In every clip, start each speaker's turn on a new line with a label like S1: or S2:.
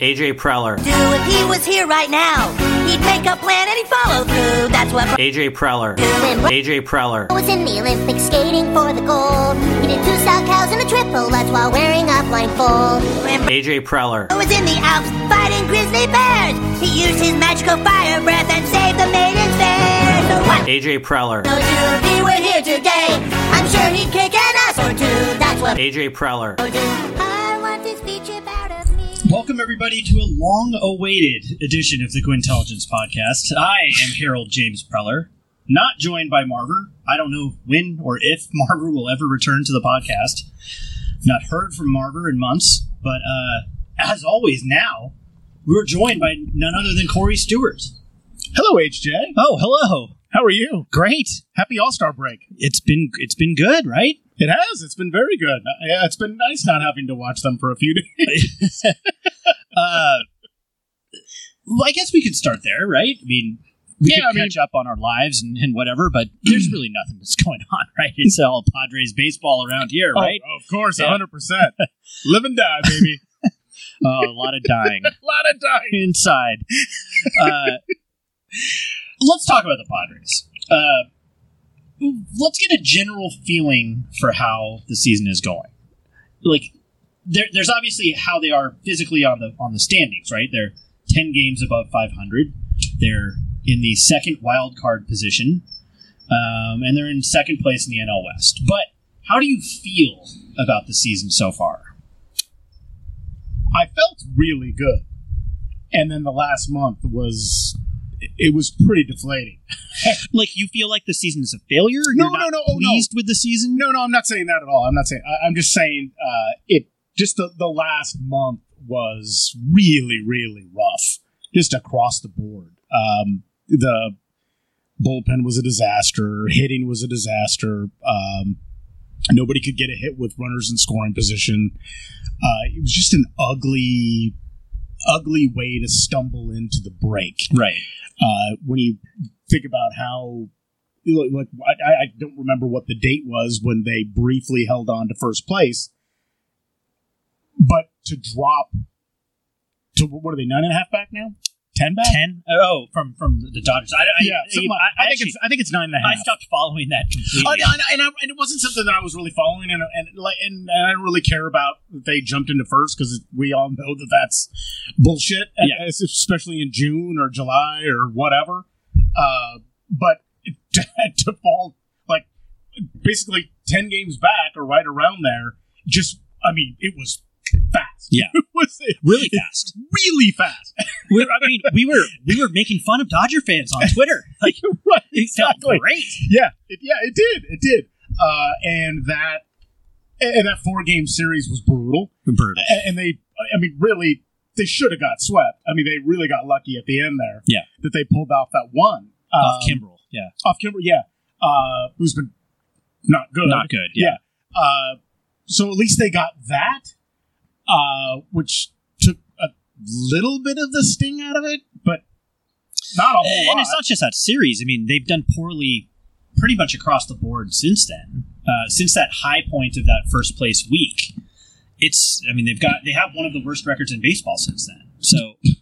S1: AJ Preller.
S2: do if he was here right now. He'd make a plan and he'd follow through. That's what
S1: AJ Preller.
S2: Brooklyn Bro-
S1: AJ Preller.
S2: was in the Olympics skating for the gold. He did two stout cows and a triple. That's while wearing a blindfold. Brooklyn
S1: AJ Preller.
S2: Bro was in the Alps fighting grizzly bears. He used his magical fire breath and saved the maiden's fair. So what
S1: AJ Preller.
S2: knows you if he were here today? I'm sure he'd kick an ass or two. That's what
S1: AJ Preller.
S2: Bro do. I want this feature out of me.
S3: Welcome, everybody, to a long awaited edition of the Quintelligence Podcast. I am Harold James Preller, not joined by Marver. I don't know when or if Marver will ever return to the podcast. Not heard from Marver in months, but uh, as always, now we're joined by none other than Corey Stewart.
S4: Hello, HJ.
S3: Oh, hello.
S4: How are you?
S3: Great.
S4: Happy All Star break.
S3: It's been it's been good, right?
S4: It has. It's been very good. Yeah, It's been nice not having to watch them for a few days.
S3: Uh, well, I guess we could start there, right? I mean, we
S4: Yeah,
S3: could
S4: I mean-
S3: catch up on our lives and, and whatever, but there's really nothing that's going on, right? It's all Padres baseball around here, right?
S4: Oh, of course,
S3: Yeah.
S4: 100%. Live and die, baby.
S3: Oh, a lot of dying
S4: a lot of dying.
S3: inside. Uh, let's talk about the Padres. Uh, let's get a general feeling for how the season is going. Like, there, there's obviously how they are physically on the on the standings, right? They're ten games above 500. They're in the second wild card position, um, and they're in second place in the NL West. But how do you feel about the season so far?
S4: I felt really good. And then the last month was, it was pretty deflating.
S3: Like, you feel like the season is a failure?
S4: No,
S3: You're not
S4: no, no, oh, no.
S3: Pleased with the season?
S4: No, no, I'm not saying that at all. I'm not saying. I, I'm just saying uh, it. Just the, the last month was really, really rough, just across the board. Um, the bullpen was a disaster. Hitting was a disaster. Um, nobody could get a hit with runners in scoring position. Uh, it was just an ugly, ugly way to stumble into the break
S3: Right.
S4: uh, when you think about how like, like I, I don't remember what the date was when they briefly held on to first place but to drop to what are they nine and a half back now ten back
S3: ten. Oh, from from the Dodgers. I, I,
S4: yeah something like- I, I think
S3: actually-
S4: it's I think it's nine and a
S3: I
S4: half
S3: stopped following that completely.
S4: Oh, no, and, and, I, and it wasn't something that I was really following, and and, like, and, and I don't really care about that they jumped into first because we all know that that's bullshit, and-
S3: Yeah.
S4: especially in June or July or whatever. Uh, but to, to fall like basically ten games back or right around there, just I mean, it was fast.
S3: Yeah.
S4: it was it
S3: really fast.
S4: really fast.
S3: We're, I mean, we were we were making fun of Dodger fans on Twitter. Like,
S4: right,
S3: it
S4: exactly.
S3: felt great.
S4: Yeah, it, yeah, it did, it did, uh, and that and that four game series was brutal.
S3: Brutal.
S4: A- and they i mean really they should have got swept i mean they really got lucky at the end there
S3: Yeah.
S4: that they pulled off that one
S3: Off
S4: Um,
S3: Kimbrel. Yeah.
S4: off Kimber, yeah uh who's been not good
S3: Not good. Yeah.
S4: uh so at least they got that uh which took a little bit of the sting out of it but not a whole
S3: And
S4: lot
S3: it's not just that series. I mean, they've done poorly pretty much across the board since then. Uh, since that high point of that first place week, it's. I mean, they've got they have one of the worst records in baseball since then. So it,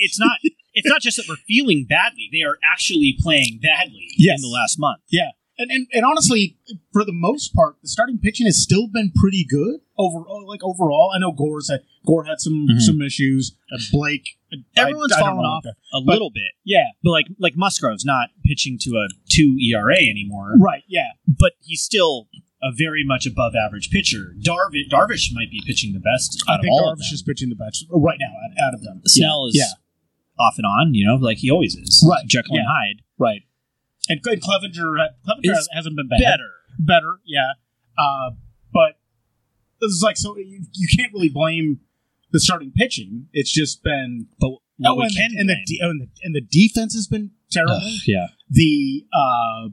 S3: it's not. It's not just that we're feeling badly; they are actually playing badly
S4: Yes.
S3: in the last month.
S4: and, and and honestly, for the most part, the starting pitching has still been pretty good over uh, like overall. I know Gore's had Gore had some
S3: Mhm.
S4: some issues. Uh, Blake, I-
S3: Everyone's
S4: I don't
S3: fallen
S4: know
S3: off
S4: what
S3: a
S4: But-
S3: little bit,
S4: the- yeah,
S3: but like like Musgrove's not pitching to a two ERA anymore,
S4: right, yeah,
S3: but he's still a very much above average pitcher. Darvish, Darvish might be pitching the best out
S4: I
S3: of
S4: think
S3: all of
S4: Darvish
S3: them.
S4: is pitching the best right now out, out of them.
S3: Snell is
S4: yeah,
S3: off and on, you know, like he always is.
S4: Right,
S3: Jekyll and
S4: yeah.
S3: Hyde.
S4: right. And, and Clevenger, uh, Clevenger
S3: Is
S4: hasn't been bad.
S3: Better.
S4: better, yeah. Uh, but this is like so you, you can't really blame the starting pitching. It's just been
S3: But what
S4: oh,
S3: we
S4: and,
S3: can
S4: the, and, the,
S3: blame-
S4: de- oh, and the and the defense has been terrible.
S3: Ugh, yeah.
S4: the uh,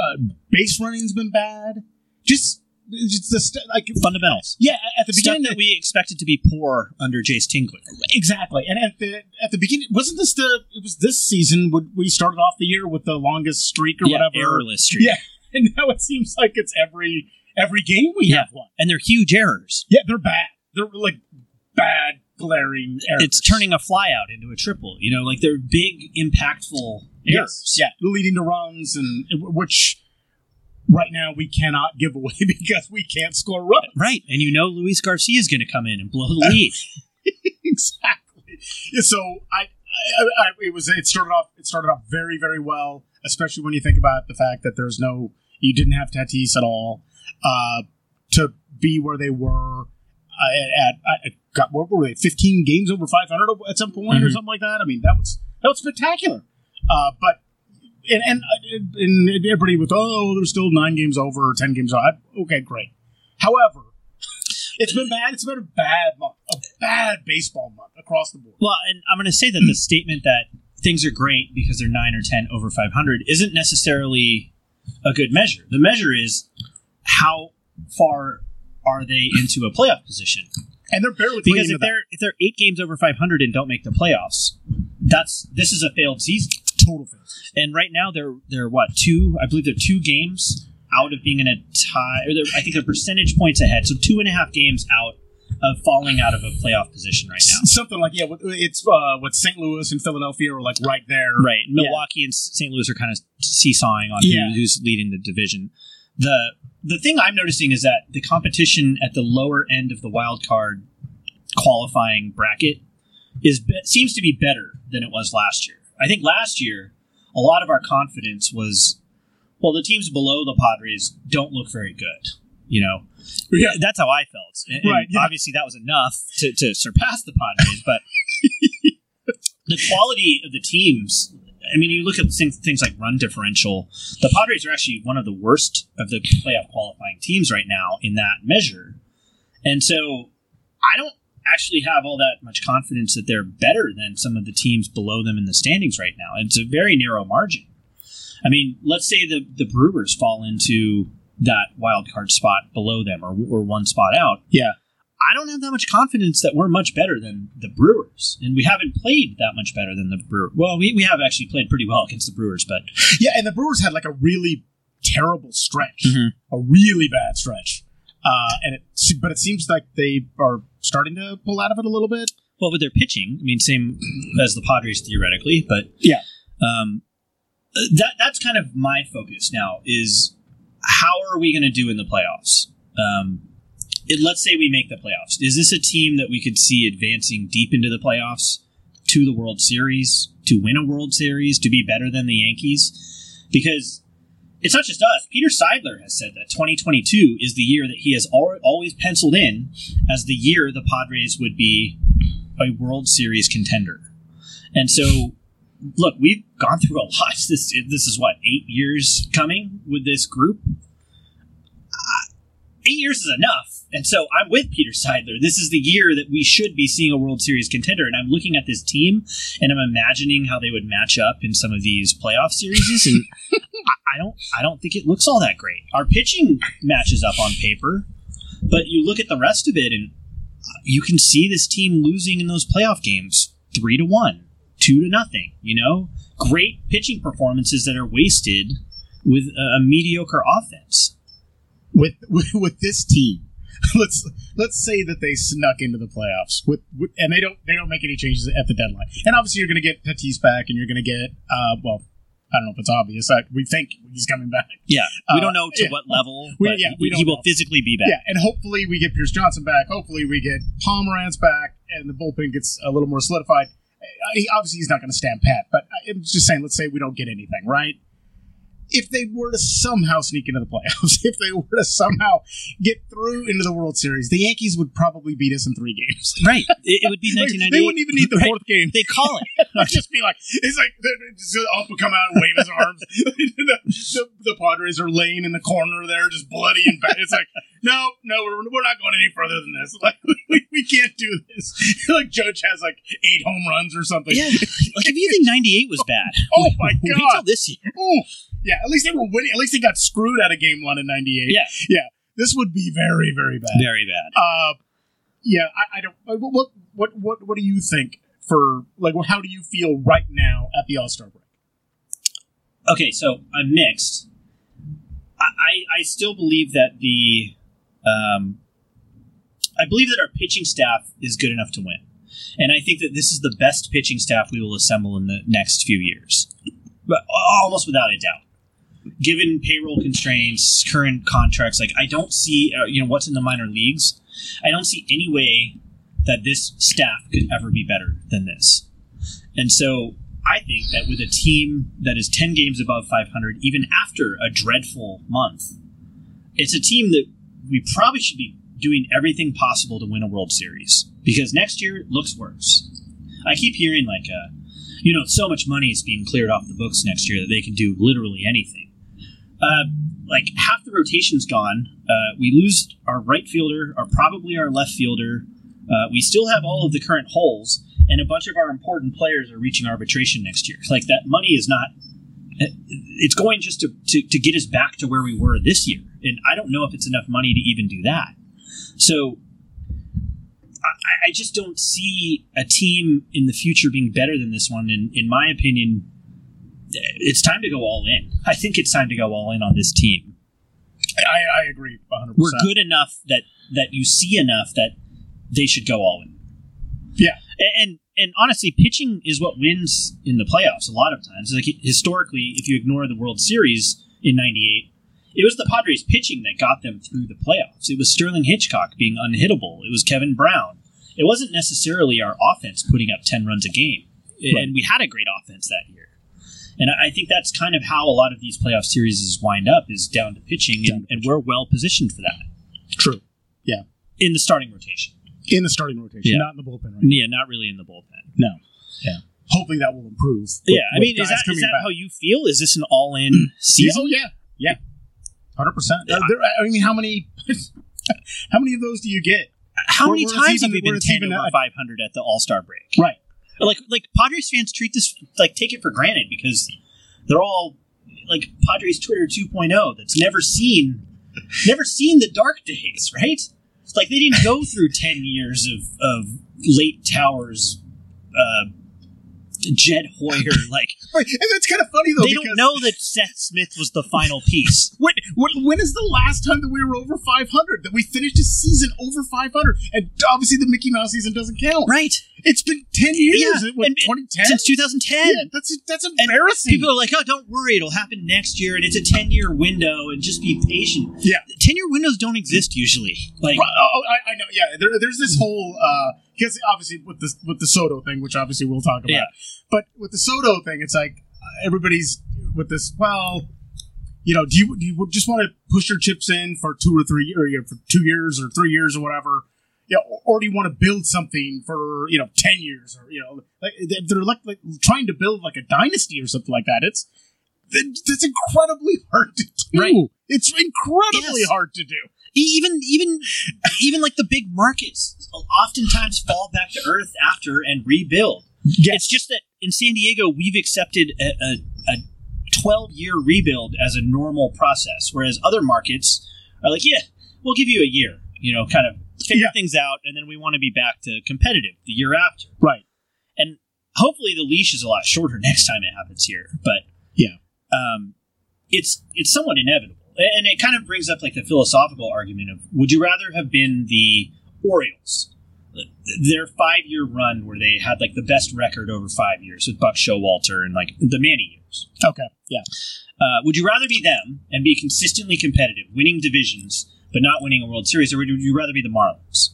S4: uh, base running's been bad. Just, just the st- like
S3: Fundamentals.
S4: yeah, at- at the
S3: Stuff
S4: beginning
S3: that we expected to be poor under Jace Tingler.
S4: exactly, and at the at the beginning wasn't this the it was this season when we started off the year with the longest streak or
S3: Yeah,
S4: whatever,
S3: errorless streak.
S4: Yeah. and now it seems like it's every every game we
S3: Yeah.
S4: have one.
S3: And they're huge errors.
S4: Yeah, they're bad. They're like bad, glaring errors.
S3: It's turning a fly out into a triple. You know, like they're big, impactful
S4: Yes.
S3: errors. Yeah.
S4: leading to runs, and which right now we cannot give away because we can't score runs.
S3: Right. And you know Luis Garcia is going to come in and blow the lead.
S4: exactly. Yeah, So I, I, I, it was it started off it started off very very well, especially when you think about the fact that there's no you didn't have Tatis at all uh, to be where they were uh, at, at, at God, what were they 15 games over 500 at some point or
S3: Mhm.
S4: something like that. I mean that was that was spectacular, uh, but. And, and and everybody with oh they're still nine games over or ten games over I- okay great however it's been bad. It's been a bad month, a bad baseball month across the board.
S3: well, and I'm going to say that the statement that things are great because they're 9 or 10 over 500 isn't necessarily a good measure. The measure is how far are they into a playoff position?
S4: And they're barely clinging
S3: Because
S4: to
S3: if
S4: that.
S3: they're if they're 8 games over 500 and don't make the playoffs, that's this is a failed season.
S4: total fails.
S3: And right now they're they're what two? I believe they're two games out of being in a tie. Or they're, I think they're percentage points ahead, so two and a half games out of falling out of a playoff position right now.
S4: S- Something like yeah, what- it's uh, what St. Louis and Philadelphia are like right there.
S3: Right, Milwaukee and St. Louis are kind of seesawing on who-
S4: Yeah.
S3: who's leading the division. the The thing I'm noticing is that the competition at the lower end of the wild card qualifying bracket is be- seems to be better than it was last year. I think last year a lot of our confidence was well the teams below the Padres don't look very good. You know,
S4: Yeah.
S3: that's how I felt. And, and
S4: Right, yeah.
S3: Obviously, that was enough to, to surpass the Padres, but the quality of the teams. I mean, you look at things, things like run differential. The Padres are actually one of the worst of the playoff qualifying teams right now in that measure, and so I don't actually have all that much confidence that they're better than some of the teams below them in the standings right now. It's a very narrow margin. I mean, let's say the the Brewers fall into that wild card spot below them or, or one spot out.
S4: Yeah.
S3: I don't have that much confidence that we're much better than the Brewers, and we haven't played that much better than the Brewers. Well, we, we have actually played pretty well against the Brewers, but
S4: Yeah, and the Brewers had like a really terrible stretch,
S3: Mhm.
S4: a really bad stretch, uh, and it se- but it seems like they are starting to pull out of it a little bit.
S3: well, with their pitching, I mean, same as the Padres theoretically, but
S4: Yeah.
S3: um, that that's kind of my focus now is how are we going to do in the playoffs? Um, it, let's say we make the playoffs. Is this a team that we could see advancing deep into the playoffs to the World Series, to win a World Series, to be better than the Yankees? Because it's not just us. Peter Seidler has said that 2022 is the year that he has al- always penciled in as the year the Padres would be a World Series contender. And so, look, we've gone through a lot. This this is what eight years coming with this group. Uh, Eight years is enough, and so I'm with Peter Seidler. This is the year that we should be seeing a World Series contender, and I'm looking at this team and I'm imagining how they would match up in some of these playoff series, and I- I don't, I don't think it looks all that great. Our pitching matches up on paper, but you look at the rest of it, and you can see this team losing in those playoff games three to one, two to nothing. You know, great pitching performances that are wasted with a, a mediocre offense.
S4: with with, with this team. Let's let's say that they snuck into the playoffs with, with and they don't they don't make any changes at the deadline. And obviously, you're going to get Tatis back, and you're going to get uh, well, I don't know if it's obvious. I, we think he's coming back.
S3: Yeah, we
S4: Uh,
S3: don't know to
S4: yeah.
S3: what level,
S4: We-
S3: but
S4: yeah,
S3: he-
S4: we
S3: he
S4: don't
S3: will
S4: know.
S3: physically be back.
S4: Yeah, and hopefully we get Pierce Johnson back. Hopefully we get Pomeranz back, and the bullpen gets a little more solidified. I- I- Obviously, he's not going to stand pat, but I- I'm just saying. Let's say we don't get anything, right? If they were to somehow sneak into the playoffs, if they were to somehow get through into the World Series, the Yankees would probably beat us in three games.
S3: Right, it, it would be
S4: Like,
S3: 1998.
S4: they wouldn't even need the
S3: Right.
S4: fourth game.
S3: They call it.
S4: It'd just be like it's like the- just the ump would come out and wave his arms. the, the, the Padres are laying in the corner there, just bloody and bad. It's like no, no, we're, we're not going any further than this. Like we, we can't do this. like Judge has like eight home runs or something.
S3: Yeah, like if you think '98 was bad,
S4: Oh my
S3: wait till
S4: god!
S3: this year.
S4: Oh yeah. At least they were winning. At least they got screwed out of game one in '98.
S3: Yeah.
S4: yeah. This would be very very bad.
S3: Very bad.
S4: Uh, yeah, I, I don't. uh, What what what what do you think for like? How do you feel right now at the All Star break?
S3: okay, so I'm mixed. I, I, I still believe that the um, I believe that our pitching staff is good enough to win. And I think that this is the best pitching staff we will assemble in the next few years, but almost without a doubt. Given payroll constraints, current contracts, like I don't see, uh, you know, what's in the minor leagues. I don't see any way that this staff could ever be better than this. And so I think that with a team that is 10 games above 500, even after a dreadful month, it's a team that we probably should be doing everything possible to win a World Series because next year looks worse. I keep hearing, like, uh, you know, so much money is being cleared off the books next year that they can do literally anything. Uh, like, half the rotation's gone. Uh, we lose our right fielder, or probably our left fielder. Uh, we still have all of the current holes, and a bunch of our important players are reaching arbitration next year. Like that money is not. It's going just to, to, to get us back to where we were this year. And I don't know if it's enough money to even do that. So I, I just don't see a team in the future being better than this one. And in my opinion, it's time to go all in. I think it's time to go all in on this team.
S4: I, I agree 100%.
S3: We're good enough that, that you see enough that they should go all in.
S4: Yeah.
S3: A- and and honestly, pitching is what wins in the playoffs a lot of times. Like historically, if you ignore the World Series in '98, it was the Padres' pitching that got them through the playoffs. It was Sterling Hitchcock being unhittable. It was Kevin Brown. It wasn't necessarily our offense putting up ten runs a game,
S4: Right.
S3: and we had a great offense that year. And I I think that's kind of how a lot of these playoff series wind up is down to pitching,
S4: Down
S3: and, and we're well positioned for that
S4: True.
S3: in the starting rotation.
S4: In the starting rotation,
S3: Yeah.
S4: not in the bullpen right now.
S3: Yeah, not really in the bullpen.
S4: No. Yeah. Hopefully that will improve. with-
S3: Yeah, I
S4: with
S3: mean, is
S4: guys
S3: that,
S4: coming
S3: is that
S4: back.
S3: how you feel? Is this an all-in
S4: Yeah,
S3: season?
S4: oh yeah, yeah, hundred percent. Uh, I mean, how many? how many of those do you get?
S3: How
S4: Where-
S3: many
S4: where it's
S3: times
S4: even-
S3: have we
S4: where
S3: been
S4: it's
S3: ten
S4: even
S3: over
S4: at-
S3: five hundred at the All-Star break?
S4: Right.
S3: Like, like Padres fans treat this like take it for granted because they're all like Padres Twitter 2.0 that's never seen, never seen the dark days, right? It's like they didn't go through ten years of of late towers. Uh, Jed Hoyer, like
S4: Right, and that's kind of funny though.
S3: they
S4: because
S3: don't know that Seth Smith was the final piece.
S4: When, when, when is the last time that we were over five hundred? That we finished a season over five hundred? And obviously, the Mickey Mouse season doesn't count.
S3: Right.
S4: It's been ten years.
S3: Yeah,
S4: It was
S3: and-
S4: twenty ten.
S3: Since 2010.
S4: Yeah, that's that's
S3: And
S4: embarrassing.
S3: People are like, oh, don't worry, it'll happen next year, and it's a ten-year window, and just be patient.
S4: Yeah.
S3: ten-year windows don't exist usually. Like,
S4: Right, oh, I, I know. Yeah, there, there's this whole because obviously with the with the Soto thing, which obviously we'll talk about.
S3: Yeah.
S4: But with the Soto thing, it's like uh, everybody's with this. Well, you know, do you do you just want to push your chips in for two or three or you know, for two years or three years or whatever? Yeah, or, or do you want to build something for you know ten years or you know like they- they're like, like trying to build like a dynasty or something like that. It's that- that's incredibly hard to do.
S3: Right.
S4: It's incredibly
S3: Yes.
S4: hard to do.
S3: e- even even even like the big markets oftentimes fall back to earth after and rebuild.
S4: Yes.
S3: It's just that in San Diego, we've accepted a, a, a 12 year rebuild as a normal process, whereas other markets are like, yeah, we'll give you a year, you know, kind of figure
S4: Yeah.
S3: things out, and then we want to be back to competitive the year after.
S4: Right.
S3: And hopefully the leash is a lot shorter next time it happens here, but
S4: Yeah.
S3: um, it's it's somewhat inevitable. A- And it kind of brings up like the philosophical argument of would you rather have been the Orioles their five year run where they had like the best record over five years with Buck Showalter and like the Manny years.
S4: Okay. Yeah.
S3: Uh, would you rather be them and be consistently competitive, winning divisions but not winning a World Series, or would you rather be the Marlins?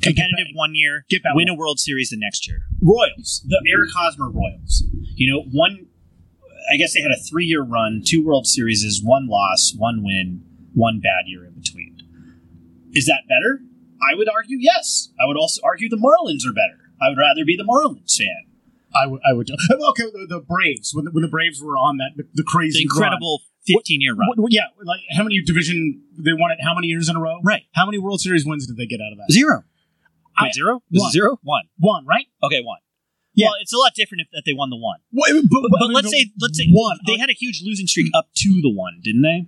S4: Hey, get
S3: Competitive one year,
S4: get that
S3: win a World Series the next year. Royals, the Eric Hosmer Royals. You know, one. I guess they had a three year run, two World Series, one loss, one win, one bad year in between. Is that better? I would argue yes. I would also argue the Marlins are better. I would rather be the Marlins fan.
S4: I would. I would. Okay, the, the Braves when the, when the Braves were on that the, the crazy
S3: The incredible fifteen year
S4: run.
S3: run.
S4: What- what- yeah, like how many division they won it? How many years in a row?
S3: Right.
S4: How many World Series wins did they get out of that?
S3: Zero. Wait,
S4: I-
S3: zero? This is
S4: one.
S3: zero? One.
S4: One, right?
S3: Okay, one.
S4: Yeah.
S3: Well, it's a lot different if that they won the one.
S4: What,
S3: But, but let's say let's say
S4: one.
S3: They had a huge losing streak up to the one, didn't they?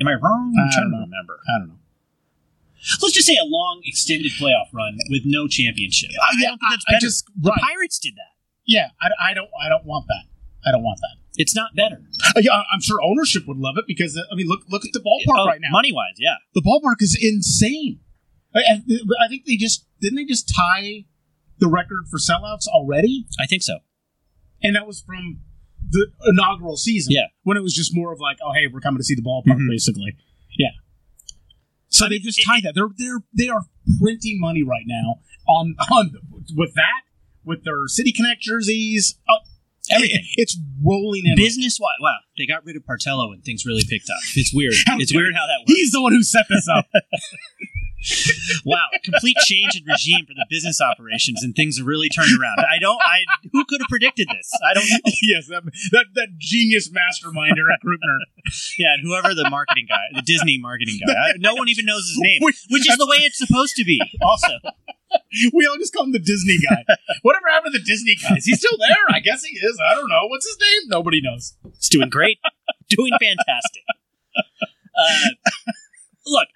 S3: Am I wrong? I'm
S4: I
S3: trying
S4: don't
S3: to
S4: know.
S3: remember.
S4: I don't know.
S3: Let's just say a long extended playoff run with no championship. I, I
S4: yeah,
S3: don't think that's
S4: I- I
S3: better.
S4: just- right.
S3: The Pirates did that.
S4: Yeah, I, I don't. I don't want that. I don't want that.
S3: It's not better.
S4: Uh, yeah, I'm sure
S3: Oh,
S4: ownership would love it because uh, I mean, look look at the ballpark right now.
S3: Money wise, yeah.
S4: the ballpark is insane. I, I I think they just didn't they just tie the record for sellouts already,
S3: I think so.
S4: and that was from the inaugural season.
S3: Yeah.
S4: when it was just more of like, oh hey, we're coming to see the ballpark,
S3: Mhm.
S4: basically. Yeah. So they've just tied that. They're they're they are printing money right now on on with that with their City Connect jerseys. Uh,
S3: Everything.
S4: it- it's rolling in.
S3: Business wise, wow, they got rid of Partello and things really picked up. It's weird.
S4: How
S3: It's
S4: dare
S3: weird how that works.
S4: He's the one who set this up.
S3: Wow, complete change in regime for the business operations, and things have really turned around. I don't. I who could have predicted this? I don't know.
S4: yes, that, that that genius mastermind Eric Grubner.
S3: Yeah, and whoever the marketing guy, the Disney marketing guy, I- no one even knows his name,
S4: We-
S3: which is the way it's supposed to be. Also,
S4: We all just call him the Disney guy. Whatever happened to the Disney guy? Is he still there? I guess he is. I don't know. What's his name? Nobody knows.
S3: it's doing great, doing fantastic. Uh, look,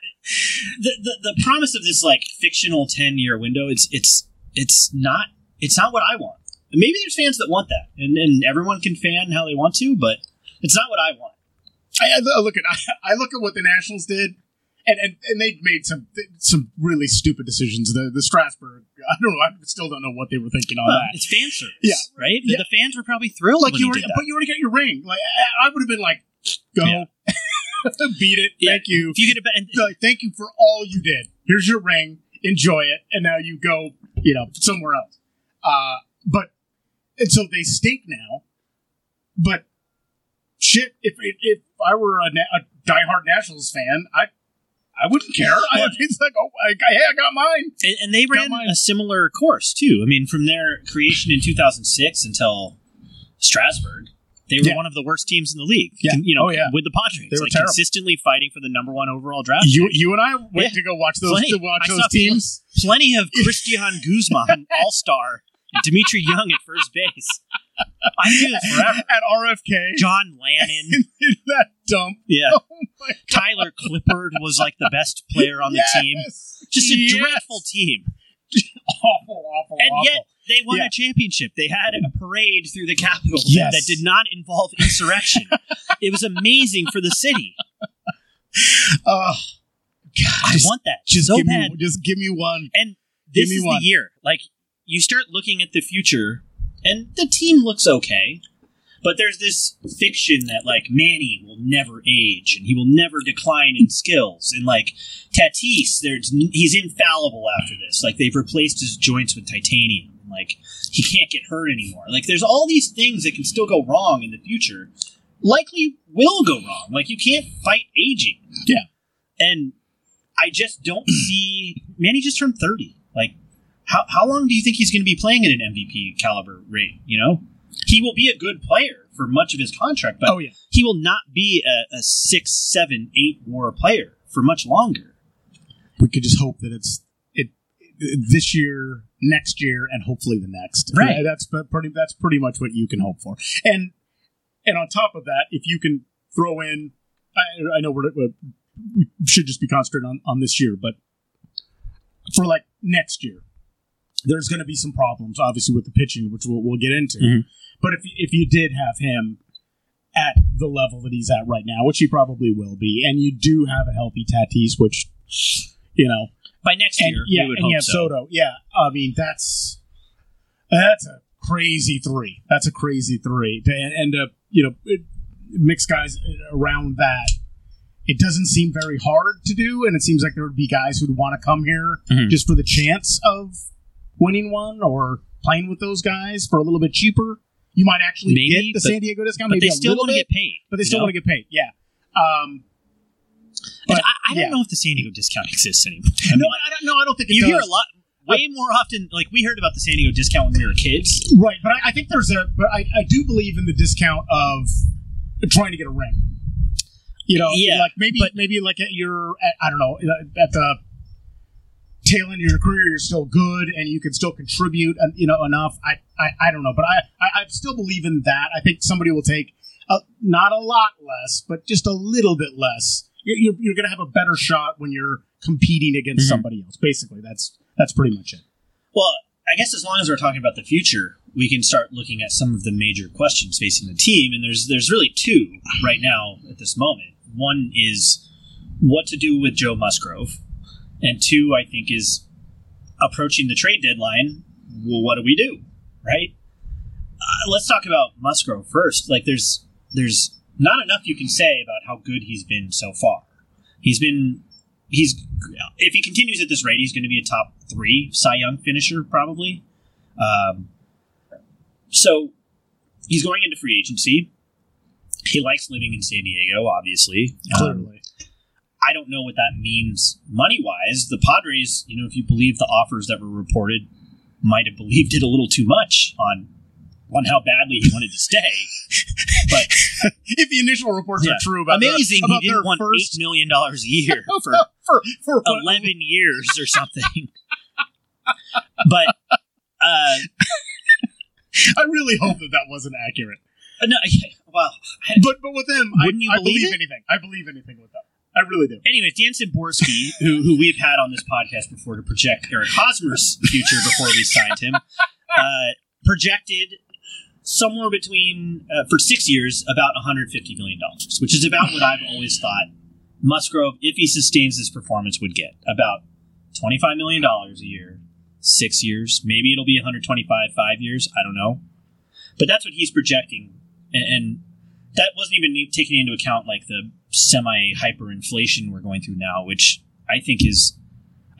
S3: the, the the promise of this like fictional ten year window, it's it's it's not it's not what I want. Maybe there's fans that want that, and and everyone can fan how they want to, but it's not what I want.
S4: I, I- I look at I, I look at what the Nationals did, and and, and they made some some really stupid decisions. The the Strasburg. I don't know. I still don't know what they were thinking on
S3: Well,
S4: that.
S3: It's fan service,
S4: Yeah.
S3: right?
S4: Yeah.
S3: The fans were probably thrilled
S4: Like
S3: when
S4: you
S3: he
S4: were,
S3: did that.
S4: but you already got your ring. Like I, I would have been like, go,
S3: Yeah.
S4: beat it.
S3: Yeah.
S4: Thank you.
S3: if you could have been,
S4: Like thank you for all you did. Here's your ring. Enjoy it, and now you go, you know, somewhere else. Uh, but and so they stink now. But shit, if if, if I were a, na- a diehard Nationals fan, I I wouldn't care. I, it's like, oh, I, hey, I got mine.
S3: and, and they ran
S4: mine.
S3: a similar course too. I mean, from their creation in 2006 until Strasbourg, they were
S4: Yeah.
S3: one of the worst teams in the league.
S4: Yeah.
S3: you know,
S4: Oh, yeah.
S3: with the Padres,
S4: They were
S3: like
S4: terrible.
S3: consistently fighting for the number one overall draft.
S4: You you and I went
S3: Yeah.
S4: to go watch those
S3: Plenty.
S4: to watch
S3: I saw
S4: those teams.
S3: Plenty of Christian Guzman, all star, Dimitri Young at first base. I knew this forever.
S4: At RFK,
S3: John Lannon,
S4: in that dump.
S3: yeah.
S4: Oh my
S3: Tyler Clippard was like the best player on the team.
S4: Yes.
S3: Just a
S4: Yes.
S3: dreadful team.
S4: awful, awful,
S3: And
S4: awful.
S3: yet they won
S4: Yeah.
S3: a championship. They had a parade through the Capitol that-
S4: Yes.
S3: that, did not involve insurrection. it was amazing for the city.
S4: Ugh.
S3: I
S4: Just-
S3: want that
S4: just
S3: so
S4: give
S3: bad.
S4: me just give me one.
S3: and this
S4: give me
S3: is
S4: one.
S3: the year. Like you start looking at the future, and the team looks okay. But there's this fiction that like Manny will never age and he will never decline in skills and like Tatis, there's he's infallible after this. Like they've replaced his joints with titanium and like he can't get hurt anymore. Like there's all these things that can still go wrong in the future. Likely will go wrong. Like you can't fight aging.
S4: Yeah.
S3: And I just don't see Manny just turned 30. Like how how long do you think he's going to be playing at an MVP caliber rate, you know? He will be a good player for much of his contract, but
S4: oh yeah,
S3: he will not be a, a six, seven, eight war player for much longer.
S4: we could just hope that it's it this year, next year, and hopefully the next.
S3: Right.
S4: Yeah, That's pe- pretty. That's pretty much what you can hope for. And and on top of that, if you can throw in, I, I know we're, we're we should just be concentrating on on this year, but for like next year, there's going to be some problems, obviously, with the pitching, which we'll, we'll get into.
S3: Mhm.
S4: But if if you did have him at the level that he's at right now, which he probably will be, and you do have a healthy Tatis, which you know
S3: By next
S4: and
S3: year,
S4: yeah,
S3: we would
S4: and
S3: hope
S4: you have
S3: so.
S4: Soto. Yeah, I mean that's that's a crazy three. That's a crazy three to en- end up. You know, it, mix guys around that. It doesn't seem very hard to do, and it seems like there would be guys who'd want to come here
S3: Mhm.
S4: just for the chance of winning one or playing with those guys for a little bit cheaper. You might actually
S3: Maybe,
S4: get the
S3: but-
S4: San Diego discount,
S3: But
S4: maybe
S3: they
S4: a
S3: still
S4: little
S3: want to get
S4: bit,
S3: paid.
S4: but they still want to get paid. Yeah. Um,
S3: But,
S4: but,
S3: I, I don't
S4: yeah.
S3: know if the San Diego discount exists anymore. I
S4: no,
S3: mean,
S4: I, I don't. No, I don't think it
S3: you
S4: does.
S3: hear a lot, way more often. Like we heard about the San Diego discount when we were kids.
S4: Right, but I, I think there's a, but I, I do believe in the discount of trying to get a ring. You know,
S3: Yeah,
S4: like maybe,
S3: but-
S4: maybe like at your, at, I don't know, at the tail end of your career, you're still good and you can still contribute, uh, you know, enough. I, I, I don't know, but I, I, I still believe in that. I think somebody will take uh not a lot less, but just a little bit less. You're, you're, you're going to have a better shot when you're competing against
S3: Mhm.
S4: somebody else. Basically, that's that's pretty much it.
S3: Well, I guess as long as we're talking about the future, we can start looking at some of the major questions facing the team. And there's there's really two right now at this moment. One is what to do with Joe Musgrove, and two, I think, is approaching the trade deadline. Well, what do we do, right? Uh, let's talk about Musgrove first. Like, there's there's not enough you can say about how good he's been so far. He's been he's if he continues at this rate, he's going to be a top three Cy Young finisher probably. Um, so he's going into free agency. He likes living in San Diego, obviously. Um,
S4: Clearly,
S3: I don't know what that means money wise. The Padres, you know, if you believe the offers that were reported, might have believed it a little too much on on how badly he wanted to stay. But
S4: if the initial reports
S3: Yeah.
S4: are true about their-
S3: amazing,
S4: about
S3: he didn't
S4: their
S3: want Oh.
S4: first
S3: eight million dollars a year for
S4: for, for what-
S3: eleven years or something. but uh,
S4: I really hope that that wasn't accurate.
S3: no, well,
S4: But but with him, I,
S3: Wouldn't you
S4: I
S3: believe
S4: believe
S3: it?
S4: anything. I believe anything with them. I really do.
S3: Anyways, Dan Simborski, who who we've had on this podcast before to project Eric Hosmer's future before we signed him, uh, projected somewhere between uh, for six years about 150 million dollars, which is about what I've always thought Musgrove, if he sustains this performance, would get about 25 million dollars a year, six years, maybe it'll be 125 five years, I don't know, but that's what he's projecting, and. and that wasn't even taking into account like the semi hyperinflation we're going through now, which I think is,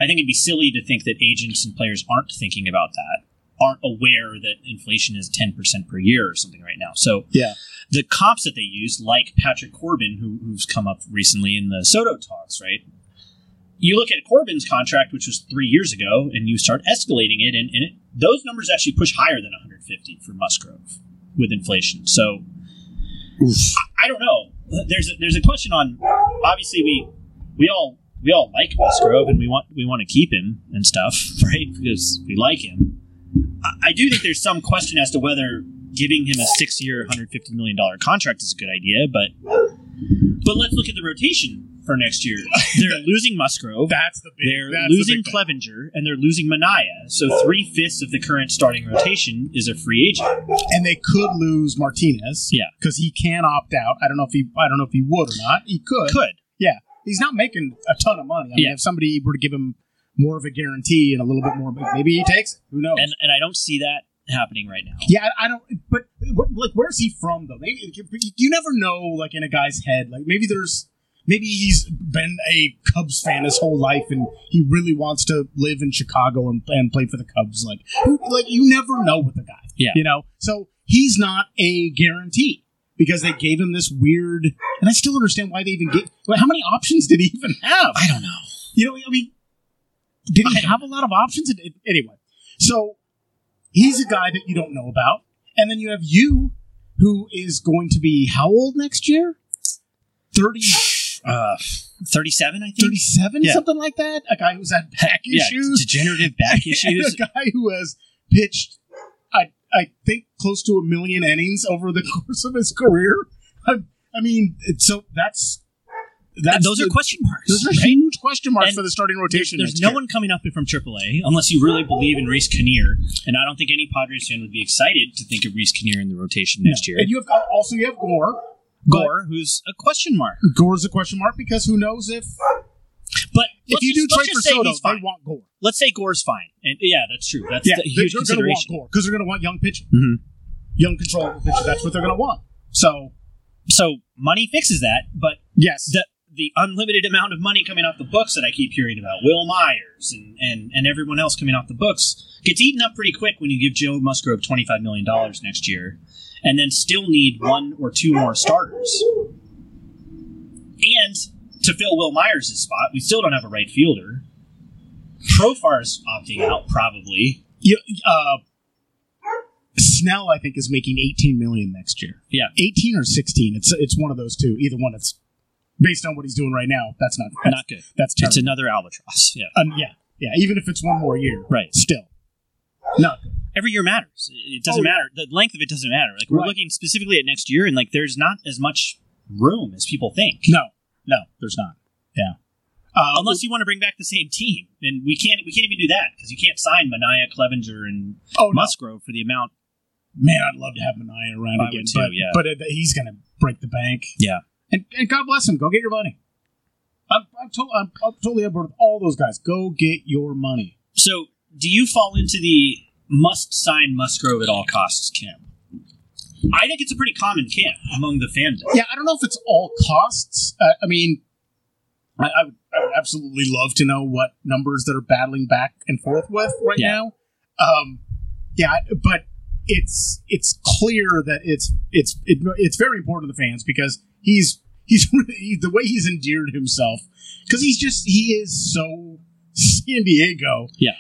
S3: I think it'd be silly to think that agents and players aren't thinking about that, aren't aware that inflation is ten percent per year or something right now. So
S4: Yeah.
S3: the comps that they use, like Patrick Corbin, who, who's come up recently in the Soto talks, right? You look at Corbin's contract, which was three years ago, and you start escalating it, and, and it, those numbers actually push higher than 150 for Musgrove with inflation. So I don't know. There's a, there's a question on. Obviously, we we all we all like Musgrove and we want we want to keep him and stuff, right? Because we like him. I, I do think there's some question as to whether giving him a six year, 150 million dollar contract is a good idea, but but let's look at the rotation for next year. They're losing Musgrove.
S4: That's the big.
S3: They're
S4: that's the
S3: losing
S4: big thing.
S3: Clevenger and they're losing Mania. So three fifths of the current starting rotation is a free agent.
S4: and they could lose Martinez.
S3: Yeah.
S4: because he can opt out. I don't know if he. I don't know if he would or not. He could.
S3: Could
S4: He's not making a ton of money. I
S3: Yeah.
S4: mean, if somebody were to give him more of a guarantee and a little bit more, maybe he takes it. Who knows?
S3: and and I don't see that happening right now.
S4: yeah, I, I don't. But what, like, where's he from though? Maybe you never know. Like in a guy's head, like maybe there's. Maybe he's been a Cubs fan his whole life, and he really wants to live in Chicago and, and play for the Cubs. Like, who- like you never know with the guy.
S3: Yeah.
S4: you know. So he's not a guarantee because they gave him this weird. And I still don't understand why they even gave. Like, how many options did he even have?
S3: I don't know.
S4: You know, I mean, did he have a lot of options? It- it- Anyway, so he's a guy that you don't know about. And then you have you, who is going to be how old next year? 30,
S3: uh, 37, I think.
S4: 37,
S3: Yeah.
S4: something like that? A guy who's had back
S3: yeah,
S4: issues.
S3: degenerative back
S4: And
S3: issues.
S4: a guy who has pitched, I, I think, close to a million innings over the course of his career. I, I mean, it's- so that's.
S3: And
S4: that's
S3: those are
S4: the-
S3: question marks.
S4: those are
S3: right?
S4: huge question marks
S3: And
S4: for the starting
S3: There's,
S4: rotation.
S3: there's
S4: next
S3: no
S4: year.
S3: one coming up from AAA unless you really believe in Reese Kinnear, and I don't think any Padres fan would be excited to think of Reese Kinnear in the rotation next
S4: No.
S3: year.
S4: And you have also you have Gore.
S3: Gore, who's a question mark,
S4: Gore's a question mark because who knows if
S3: but
S4: if
S3: let's
S4: you
S3: just-
S4: do
S3: let's
S4: trade for
S3: just say
S4: Soto,
S3: he's
S4: they
S3: fine.
S4: want Gore.
S3: Let's say Gore's fine, and yeah, that's true. That's
S4: Yeah,
S3: a
S4: they're,
S3: huge
S4: going to want
S3: consideration.
S4: Gore because they're going to want young pitching,
S3: Mhm.
S4: young controllable pitching. That's what they're going to want. So
S3: So money fixes that, but
S4: yes,
S3: the the unlimited amount of money coming off the books that I keep hearing about, Will Myers and, and, and everyone else coming off the books, gets eaten up pretty quick when you give Joe Musgrove twenty five million dollars next year, and then still need one or two more starters. And to fill Will Myers' spot, we still don't have a right fielder. Profar's opting out probably.
S4: you, uh, Snell I think is making eighteen million next year.
S3: Yeah.
S4: eighteen or sixteen. It's it's one of those two. Either one. It's based on what he's doing right now. That's not that's,
S3: Not good.
S4: that's
S3: It's
S4: terrible.
S3: another albatross. Yeah.
S4: Um, yeah, yeah. Even if it's one more year,
S3: Right.
S4: Still, not good.
S3: every year matters. It doesn't
S4: Oh, yeah.
S3: matter. The length of it doesn't matter. Like we're
S4: Right.
S3: looking specifically at next year, and like there's not as much room as people think.
S4: No, no. There's not. Yeah. Uh,
S3: Unless you want to bring back the same team, and we can't we can't even do that because you can't sign Mania, Clevenger, and
S4: oh, no.
S3: Musgrove for the amount.
S4: man, I'd love to have Mania around
S3: I
S4: again.
S3: would too,
S4: but
S3: yeah.
S4: but uh, he's going to break the bank.
S3: Yeah.
S4: And, and God bless him. Go get your money. I'm, I'm, to- I'm, I'm totally on board with all those guys. Go get your money.
S3: So, do you fall into the must sign Musgrove at all costs camp? I think it's a pretty common camp among the fandom.
S4: Yeah, I don't know if it's all costs. Uh, I mean, I, I, would, I would absolutely love to know what numbers they're battling back and forth with right
S3: Yeah.
S4: now. Um, yeah, but it's it's clear that it's it's it, it's very important to the fans because he's he's really, the way he's endeared himself because he's just he is so San Diego.
S3: Yeah.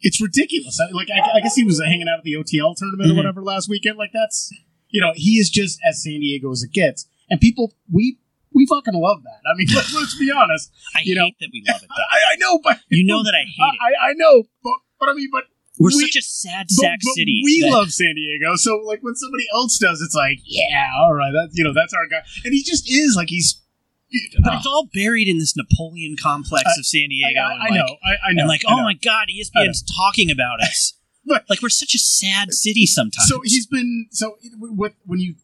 S4: It's ridiculous. I, like I, I guess he was hanging out at the OTL tournament
S3: Mhm.
S4: or whatever last weekend. Like that's you know he is just as San Diego as it gets, and people we we fucking love that. I mean, let's, let's be honest.
S3: I
S4: You
S3: hate
S4: know-
S3: that we love it.
S4: I, I know, but
S3: You know that I hate
S4: I,
S3: it.
S4: I, I know, but, but I mean, but
S3: We're
S4: we-
S3: such a sad
S4: but-
S3: sack
S4: but
S3: city.
S4: We
S3: that-
S4: love San Diego, so like when somebody else does, it's like, yeah, all right, that's you know that's our guy, and he just is like he's.
S3: but it's all buried in this Napoleon complex of San Oh,
S4: I,
S3: Diego. and
S4: I, I
S3: like,
S4: know, I, I know,
S3: And like,
S4: I
S3: oh
S4: know.
S3: my god, ESPN's talking about us.
S4: But-
S3: like we're such a sad city sometimes.
S4: So he's been so with when you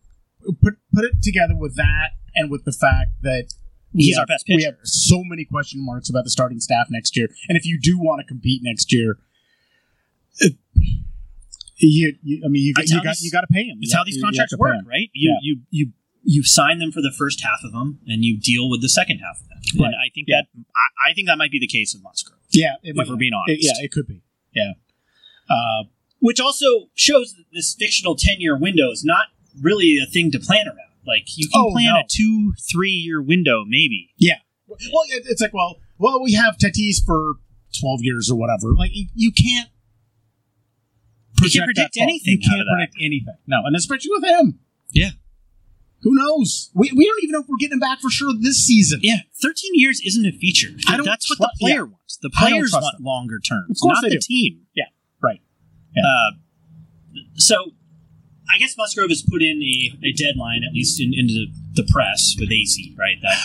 S4: put put it together with that and with the fact that we
S3: He's our
S4: have-
S3: best
S4: We
S3: pitcher.
S4: have so many question marks about the starting staff next year, and if you do want to compete next year, it- you, you- I mean, you, got-
S3: It's
S4: you
S3: how
S4: got
S3: these-
S4: you got to pay him.
S3: It's
S4: You-
S3: how these
S4: you- you
S3: contracts
S4: have to pay
S3: work,
S4: him.
S3: right? You
S4: Yeah.
S3: you you you sign them for the first half of them, and you deal with the second half of them.
S4: Right.
S3: And I think
S4: Yeah.
S3: that I, I think that might be the case with Musgrove,
S4: Yeah, it might-
S3: if we're being honest.
S4: it- yeah, it could be. Yeah, uh,
S3: Which also shows that this fictional ten-year window is not really a thing to plan around. Like you can
S4: Oh,
S3: plan
S4: no.
S3: a two, three-year window, maybe.
S4: well, it, it's like well, well, we have Tatis for twelve years or whatever. Like you, you can't.
S3: You can't
S4: project that
S3: predict
S4: far.
S3: anything.
S4: You
S3: out
S4: can't
S3: of that.
S4: predict anything. No, and especially with him.
S3: Yeah.
S4: Who knows? We, we don't even know if we're getting him back for sure this season.
S3: Yeah, thirteen years isn't a feature.
S4: I don't
S3: That's what
S4: tru-
S3: the player wants. The
S4: I don't
S3: players
S4: trust
S3: want
S4: them.
S3: longer terms,
S4: Of course
S3: not
S4: they
S3: the
S4: do.
S3: team.
S4: Yeah, right. Yeah.
S3: Uh, so, I guess Musgrove has put in a, a deadline, at least in, into the, the press with AC, right? That